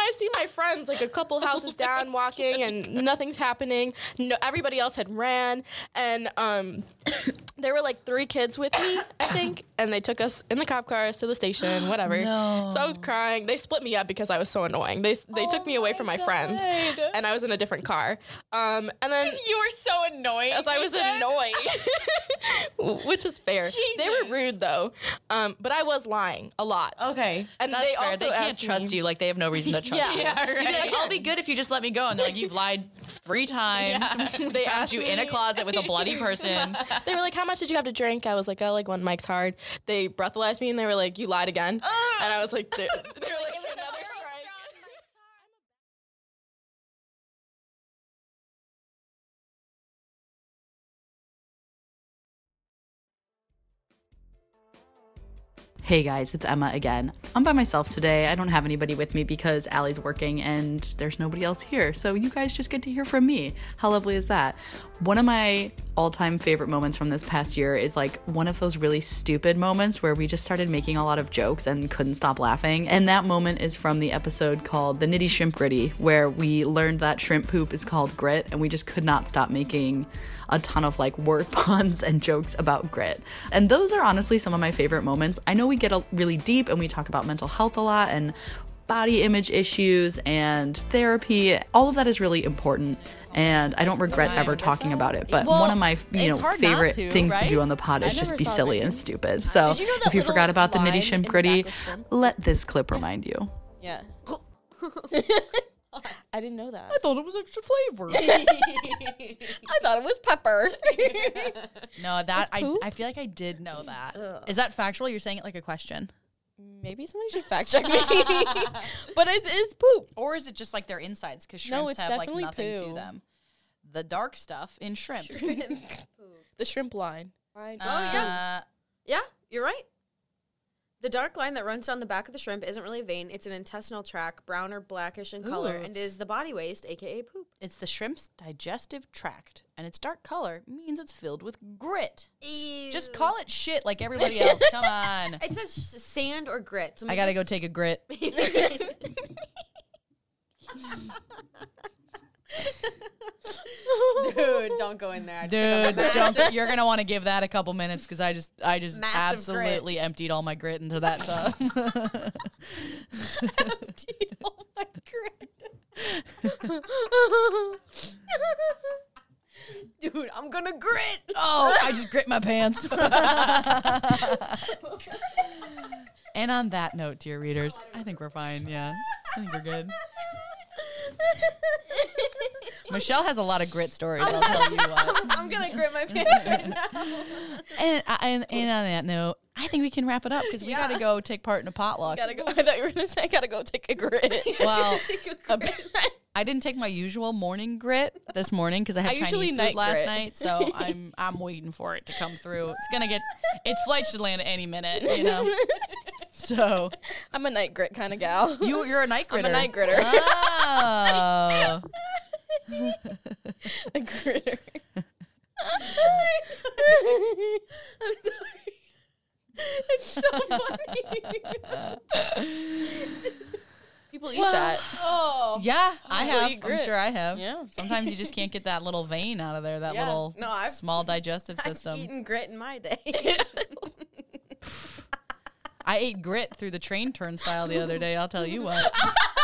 [SPEAKER 1] I see my friends like a couple houses down walking, and nothing's happening. No, everybody else had ran, and um. There were like three kids with me, I think, and they took us in the cop cars to the station, whatever. So I was crying. They split me up because I was so annoying. They they took me away from my friends, and I was in a different car. Um, and then
[SPEAKER 6] You were so annoying.
[SPEAKER 1] as I was annoying, which is fair. They were rude though, um, but I was lying a lot.
[SPEAKER 12] Okay,
[SPEAKER 1] and
[SPEAKER 12] that's
[SPEAKER 1] they
[SPEAKER 12] fair.
[SPEAKER 1] also
[SPEAKER 12] they can't
[SPEAKER 1] asked
[SPEAKER 12] trust
[SPEAKER 1] me-
[SPEAKER 12] you. Like they have no reason to trust
[SPEAKER 1] Yeah.
[SPEAKER 12] you.
[SPEAKER 1] Yeah,
[SPEAKER 12] You'd be like, I'll be good if you just let me go, and they're like, you've lied three times.
[SPEAKER 1] They asked
[SPEAKER 12] Found you in a
[SPEAKER 1] me-
[SPEAKER 12] closet with a bloody person.
[SPEAKER 1] They were like, "How much did you have to drink?" I was like, "Oh, like one Mike's hard." They breathalyzed me and they were like, "You lied again," and I was like, "They, they were like another strike."
[SPEAKER 7] Hey guys, it's Emma again. I'm by myself today. I don't have anybody with me because Allie's working and there's nobody else here. So you guys just get to hear from me. How lovely is that? One of my all time favorite moments from this past year is like one of those really stupid moments where we just started making a lot of jokes and couldn't stop laughing. And that moment is from the episode called The Nitty Shrimp Gritty, where we learned that shrimp poop is called grit and we just could not stop making a ton of like word puns and jokes about grit. And those are honestly some of my favorite moments. I know we get a- really deep and we talk about mental health a lot and body image issues and therapy. All of that is really important. And I don't regret ever talking about it, but one of my you know
[SPEAKER 17] it's hard not
[SPEAKER 7] favorite
[SPEAKER 17] to,
[SPEAKER 7] things to do
[SPEAKER 17] right?
[SPEAKER 7] on the pod is
[SPEAKER 17] I
[SPEAKER 7] just
[SPEAKER 17] never
[SPEAKER 7] be
[SPEAKER 17] saw
[SPEAKER 7] silly and
[SPEAKER 17] videos.
[SPEAKER 7] stupid. So
[SPEAKER 17] Did you know that
[SPEAKER 7] if you
[SPEAKER 17] little
[SPEAKER 7] forgot about the
[SPEAKER 17] line in
[SPEAKER 7] nitty
[SPEAKER 17] the
[SPEAKER 7] shrimp
[SPEAKER 17] back
[SPEAKER 7] gritty,
[SPEAKER 17] of shrimp?
[SPEAKER 7] let this clip remind you.
[SPEAKER 17] Yeah. I didn't know that.
[SPEAKER 12] thought it was extra flavor.
[SPEAKER 17] I thought it was pepper.
[SPEAKER 4] No, that I, I feel like I did know that. Is that factual? You're saying it like a question,
[SPEAKER 17] Maybe somebody should fact check me. but it is poop.
[SPEAKER 4] or is it just like their insides? Because
[SPEAKER 17] No,
[SPEAKER 4] shrimps
[SPEAKER 17] it's
[SPEAKER 4] have like
[SPEAKER 17] definitely
[SPEAKER 4] nothing to
[SPEAKER 17] poo.
[SPEAKER 4] them. The dark stuff in shrimp. Uh,
[SPEAKER 17] The shrimp line. Line.
[SPEAKER 12] Oh,
[SPEAKER 4] yeah.
[SPEAKER 5] Yeah, you're right. The dark line that runs down the back of the shrimp isn't really a vein, it's an intestinal tract, brown or blackish in color,
[SPEAKER 4] Ooh.
[SPEAKER 5] and is the body waste, aka poop.
[SPEAKER 4] It's the shrimp's digestive tract, and its dark color means it's filled with grit.
[SPEAKER 7] E
[SPEAKER 4] Just call it shit like everybody else. Come on.
[SPEAKER 5] It says s- sand or grit. So
[SPEAKER 4] I gotta go take a grit.
[SPEAKER 6] Dude, don't go in there.
[SPEAKER 4] Dude, jump, you're gonna want to give that a couple minutes because I just, I just
[SPEAKER 6] Massive grit.
[SPEAKER 4] absolutely emptied all my grit into that tub.
[SPEAKER 6] oh my grit. Dude, I'm gonna grit.
[SPEAKER 4] oh, I just grit my pants. and on that note, dear readers, I think we're fine. Yeah, I think we're good. Michelle has a lot of grit stories. I'll tell you what.
[SPEAKER 6] I'm gonna grit my pants right now.
[SPEAKER 4] And, uh, and and on that note, I think we can wrap it up because we gotta go take part in a potluck.
[SPEAKER 17] Gotta go. I thought you were gonna say I gotta go take a grit.
[SPEAKER 4] Well, I I didn't take my usual morning grit this morning because I had
[SPEAKER 17] I
[SPEAKER 4] Chinese
[SPEAKER 17] usually
[SPEAKER 4] food
[SPEAKER 17] night
[SPEAKER 4] last
[SPEAKER 17] grit.
[SPEAKER 4] night, so I'm I'm waiting for it to come through. It's gonna get its flight should land any minute, you know. So
[SPEAKER 17] I'm a night grit kind of gal.
[SPEAKER 4] you you're a night
[SPEAKER 17] I'm
[SPEAKER 4] gritter.
[SPEAKER 17] a night gritter.
[SPEAKER 4] Oh.
[SPEAKER 17] a gritter.
[SPEAKER 6] I'm sorry. It's so funny.
[SPEAKER 17] People eat that.
[SPEAKER 6] Oh.
[SPEAKER 4] Yeah, I have.
[SPEAKER 17] eat
[SPEAKER 4] I'm
[SPEAKER 17] grit.
[SPEAKER 4] sure I have.
[SPEAKER 17] Yeah.
[SPEAKER 4] Sometimes you just can't get that little vein out of there, that
[SPEAKER 6] Yeah.
[SPEAKER 4] little
[SPEAKER 6] No, I've-
[SPEAKER 4] small digestive
[SPEAKER 6] I've
[SPEAKER 4] system.
[SPEAKER 6] eaten grit in my day.
[SPEAKER 4] I ate grit through the train turnstile the other day. I'll tell you what,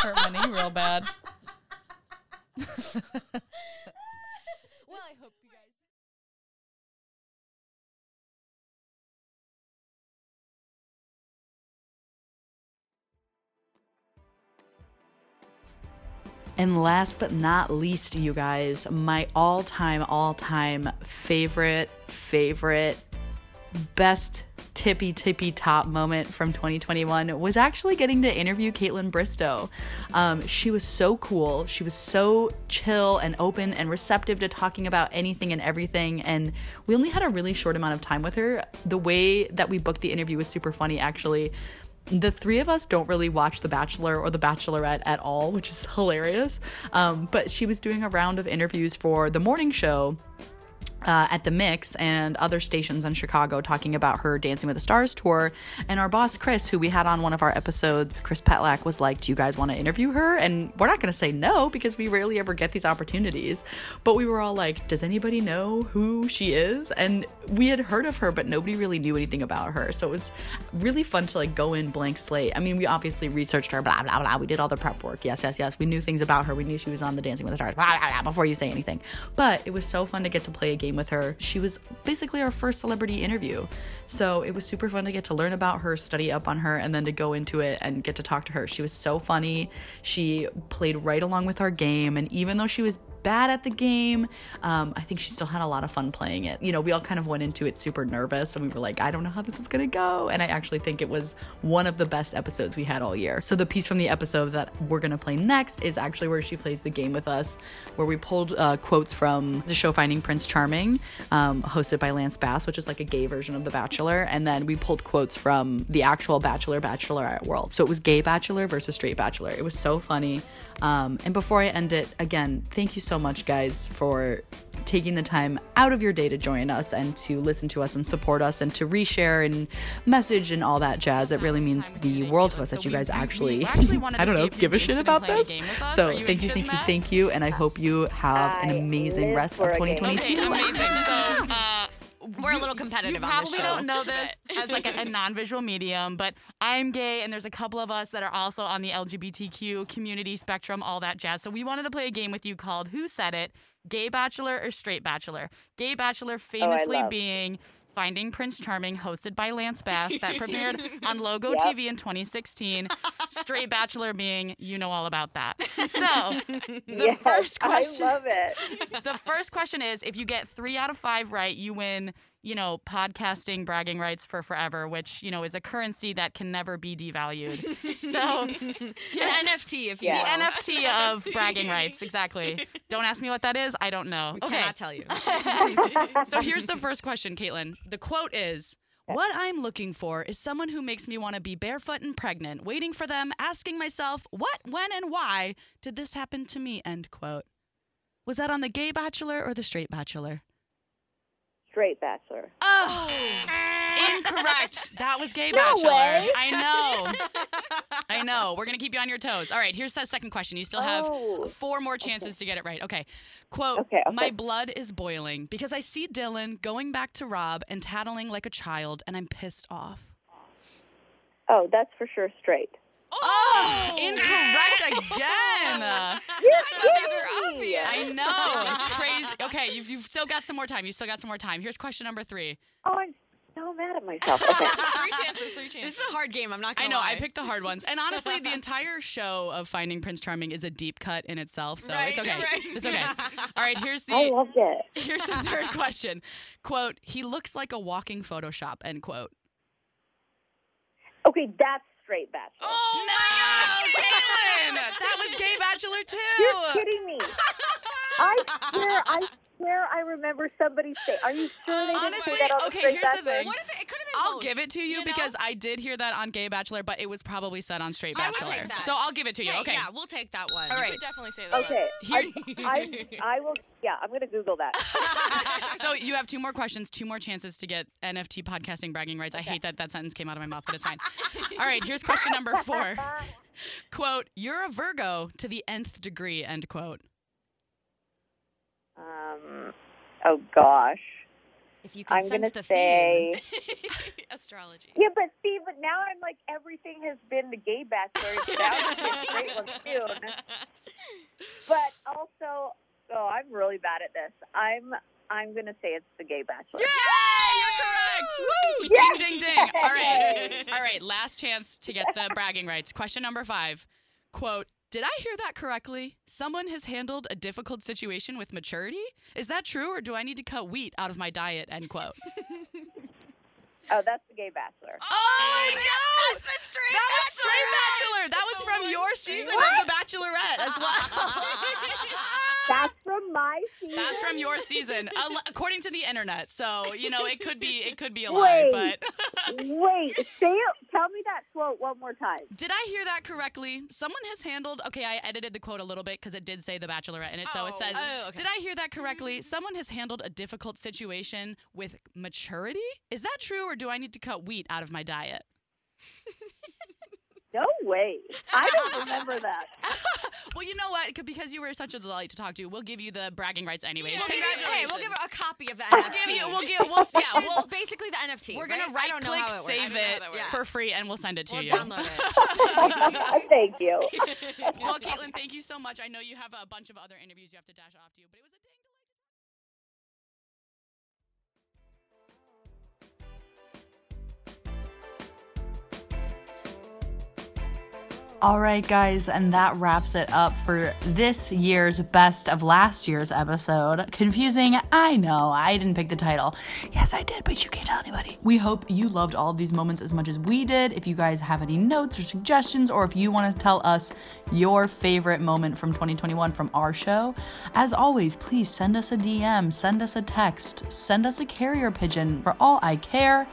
[SPEAKER 4] hurt my knee real bad.
[SPEAKER 7] And last but not least, you guys, my all time, all time favorite, favorite, best tippy tippy top moment from 2021 was actually getting to interview Caitlin Bristow. Um, she was so cool. She was so chill and open and receptive to talking about anything and everything. And we only had a really short amount of time with her. The way that we booked the interview was super funny, actually the three of us don't really watch The Bachelor or The Bachelorette at all, which is hilarious. Um, but she was doing a round of interviews for the morning show uh, at the Mix and other stations in Chicago talking about her Dancing with the Stars tour. And our boss, Chris, who we had on one of our episodes, Chris Petlak, was like, Do you guys want to interview her? And we're not going to say no because we rarely ever get these opportunities. But we were all like, Does anybody know who she is? And we had heard of her, but nobody really knew anything about her. So it was really fun to like go in blank slate. I mean, we obviously researched her, blah, blah, blah. We did all the prep work. Yes, yes, yes. We knew things about her. We knew she was on the Dancing with the Stars, blah, blah, blah, before you say anything. But it was so fun to get to play a game with her. She was basically our first celebrity interview. So it was super fun to get to learn about her, study up on her, and then to go into it and get to talk to her. She was so funny. She played right along with our game. And even though she was bad at the game. Um, I think she still had a lot of fun playing it. You know, we all kind of went into it super nervous and we were like, I don't know how this is going to go. And I actually think it was one of the best episodes we had all year. So the piece from the episode that we're going to play next is actually where she plays the game with us, where we pulled uh, quotes from the show Finding Prince Charming, um, hosted by Lance Bass, which is like a gay version of The Bachelor. And then we pulled quotes from the actual Bachelor Bachelorette world. So it was gay Bachelor versus straight Bachelor. It was so funny. Um, and before I end it, again, thank you so much, guys, for taking the time out of your day to join us and to listen to us and support us and to reshare and message and all that jazz. It really means the world to us that you guys actually, I don't know, give a shit about this. So thank you, thank you, thank you. And I hope you have an amazing rest of 2022.
[SPEAKER 2] We're a little competitive on
[SPEAKER 12] You
[SPEAKER 2] this
[SPEAKER 12] probably
[SPEAKER 2] show.
[SPEAKER 12] don't know
[SPEAKER 2] Just a
[SPEAKER 12] this as like a, a non-visual medium, but I'm gay, and there's a couple of us that are also on the LGBTQ community spectrum, all that jazz. So we wanted to play a game with you called "Who Said It: Gay Bachelor or Straight Bachelor?" Gay Bachelor famously
[SPEAKER 10] love-
[SPEAKER 12] being Finding Prince Charming, hosted by Lance Bass, that premiered on Logo
[SPEAKER 10] Yep.
[SPEAKER 12] TV in 2016. Straight Bachelor being, you know all about that. So the
[SPEAKER 10] Yes,
[SPEAKER 12] first
[SPEAKER 10] I
[SPEAKER 12] question.
[SPEAKER 10] love it.
[SPEAKER 12] the first question is if you get three out of five right, you win, you know, podcasting bragging rights for forever, which, you know, is a currency that can never be devalued. So
[SPEAKER 2] An NFT, if you
[SPEAKER 12] the
[SPEAKER 2] will.
[SPEAKER 12] NFT of bragging rights, exactly. Don't ask me what that is. I don't know. okay.
[SPEAKER 2] cannot tell you.
[SPEAKER 12] so here's the first question, Caitlin. The quote is What I'm looking for is someone who makes me want to be barefoot and pregnant, waiting for them, asking myself, what, when, and why did this happen to me? End quote. Was that on the gay bachelor or the straight bachelor?
[SPEAKER 10] Straight bachelor.
[SPEAKER 12] Oh, incorrect. That was gay
[SPEAKER 10] No
[SPEAKER 12] bachelor.
[SPEAKER 10] way.
[SPEAKER 12] I know. I know. We're gonna keep you on your toes. All right. Here's that second question. You still have four more chances to get it right. Okay. Quote.
[SPEAKER 10] Oh. Okay, okay.
[SPEAKER 12] My blood is boiling because I see Dylan going back to Rob and tattling like a child, and I'm pissed off.
[SPEAKER 10] Oh, that's for sure straight.
[SPEAKER 12] Oh, incorrect again. I know. Crazy. Okay, you've, you've still got some more time. You've still got some more time. Here's question number three.
[SPEAKER 10] Oh, I'm so mad at myself. Okay.
[SPEAKER 2] three chances, three chances. This is a hard game. I'm not
[SPEAKER 12] I
[SPEAKER 2] gonna.
[SPEAKER 12] know. I
[SPEAKER 2] lie.
[SPEAKER 12] picked the hard ones. And honestly, the entire show of Finding Prince Charming is a deep cut in itself. So
[SPEAKER 2] Right,
[SPEAKER 12] it's okay.
[SPEAKER 2] right.
[SPEAKER 12] It's okay. All right. Here's
[SPEAKER 10] I
[SPEAKER 12] the
[SPEAKER 10] loved it.
[SPEAKER 12] here's the third question. Quote: He looks like a walking Photoshop. End quote.
[SPEAKER 10] Okay, that's straight bachelor.
[SPEAKER 12] Oh no, Caitlin! That was Gay Bachelor
[SPEAKER 10] You're
[SPEAKER 12] too.
[SPEAKER 10] kidding me. I swear, I swear I remember somebody say, are you sure they didn't
[SPEAKER 12] Honestly,
[SPEAKER 10] say that on
[SPEAKER 12] okay,
[SPEAKER 10] the straight
[SPEAKER 12] here's the
[SPEAKER 10] bachelor?
[SPEAKER 12] thing.
[SPEAKER 2] What if it, it could have been
[SPEAKER 12] I'll
[SPEAKER 2] both.
[SPEAKER 12] give it to you,
[SPEAKER 2] Oh, know?
[SPEAKER 12] because I did hear that on Gay Bachelor, but it was probably said on Straight
[SPEAKER 2] I would
[SPEAKER 12] Bachelor.
[SPEAKER 2] take that.
[SPEAKER 12] So I'll give it to you.
[SPEAKER 2] Hey,
[SPEAKER 12] okay.
[SPEAKER 2] Yeah, we'll take that one.
[SPEAKER 12] All
[SPEAKER 17] You
[SPEAKER 12] right.
[SPEAKER 17] could definitely say that.
[SPEAKER 10] Okay,
[SPEAKER 12] Here-
[SPEAKER 10] I, I will, yeah, I'm going to Google that.
[SPEAKER 12] so you have two more questions, two more chances to get NFT podcasting bragging rights. I hate that that sentence came out of my mouth, but it's fine. All right, here's question number four. Quote, you're a Virgo to the nth degree, end quote.
[SPEAKER 10] Um, oh, gosh.
[SPEAKER 2] If you can
[SPEAKER 10] I'm
[SPEAKER 2] sense
[SPEAKER 10] gonna
[SPEAKER 2] the
[SPEAKER 10] say.
[SPEAKER 12] theme. Astrology.
[SPEAKER 10] Yeah, but see, but now I'm like everything has been the gay bachelor. so That would be a great one soon. But also, oh, I'm really bad at this. I'm I'm gonna say it's the gay bachelor.
[SPEAKER 12] Correct. Woo!
[SPEAKER 10] Yes!
[SPEAKER 12] Ding ding ding. All right. All right. Last chance to get the bragging rights. Question number five. Quote Did I hear that correctly? Someone has handled a difficult situation with maturity? Is that true or do I need to cut wheat out of my diet? End quote.
[SPEAKER 10] Oh, that's the gay bachelor.
[SPEAKER 12] Oh my
[SPEAKER 10] that's the straight
[SPEAKER 12] That was Straight Bachelor. That was from your season of The Bachelorette as well.
[SPEAKER 10] That's from my season.
[SPEAKER 12] That's from your season, al- according to the internet. So you know it could be it could be a lie,
[SPEAKER 10] Wait.
[SPEAKER 12] but
[SPEAKER 10] Wait, say it. Tell me that quote one more time.
[SPEAKER 12] Did I hear that correctly? Someone has handled. Okay, I edited the quote a little bit because it did say The Bachelorette in it. So it says,
[SPEAKER 2] Oh, okay.
[SPEAKER 12] Did I hear that correctly? Someone has handled a difficult situation with maturity? Is that true, or do I need to cut wheat out of my diet?
[SPEAKER 10] No way. I don't remember that.
[SPEAKER 12] Well, you know what? C- Because you were such a delight to talk to, we'll give you the bragging rights anyways.
[SPEAKER 2] We'll give you-
[SPEAKER 12] Congratulations.
[SPEAKER 2] Hey, we'll give her a copy of the
[SPEAKER 12] We'll
[SPEAKER 2] NFT.
[SPEAKER 12] give you- we'll give- we'll- yeah,
[SPEAKER 2] Which is
[SPEAKER 12] we'll-
[SPEAKER 2] basically the NFT.
[SPEAKER 12] We're gonna
[SPEAKER 2] right? I
[SPEAKER 12] right
[SPEAKER 2] don't know
[SPEAKER 12] click
[SPEAKER 2] how it works. I
[SPEAKER 12] save
[SPEAKER 2] don't know how
[SPEAKER 12] it
[SPEAKER 2] that works.
[SPEAKER 12] for free, and we'll send it to
[SPEAKER 2] We'll
[SPEAKER 12] you.
[SPEAKER 2] download it.
[SPEAKER 10] Thank you.
[SPEAKER 12] well, Caitlin, thank you so much. I know you have a bunch of other interviews you have to dash off to, but it was a ding.
[SPEAKER 7] All right, guys, and that wraps it up for this year's best of last year's episode. Confusing, I know. I didn't pick the title. Yes, I did, but you can't tell anybody. We hope you loved all of these moments as much as we did. If you guys have any notes or suggestions, or if you want to tell us your favorite moment from 2021 from our show, as always, please send us a DM, send us a text, send us a carrier pigeon. For all I care,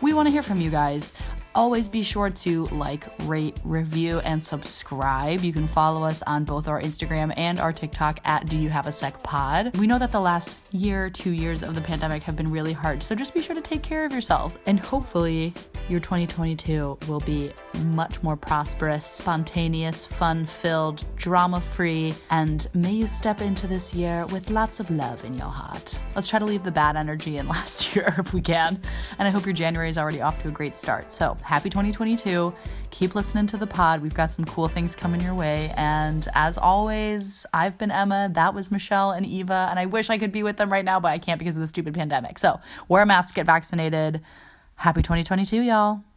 [SPEAKER 7] we want to hear from you guys. Always be sure to like, rate, review, and subscribe. You can follow us on both our Instagram and our TikTok at Do You Have a Sec Pod. We know that the last year, two years of the pandemic have been really hard, so just be sure to take care of yourselves. And hopefully, your 2022 will be much more prosperous, spontaneous, fun filled, drama free, and may you step into this year with lots of love in your heart. Let's try to leave the bad energy in last year if we can. And I hope your January is already off to a great start. So happy 2022. Keep listening to the pod. We've got some cool things coming your way. And as always, I've been Emma. That was Michelle and Eva. And I wish I could be with them right now, but I can't because of the stupid pandemic. So wear a mask, get vaccinated. Happy 2022, y'all.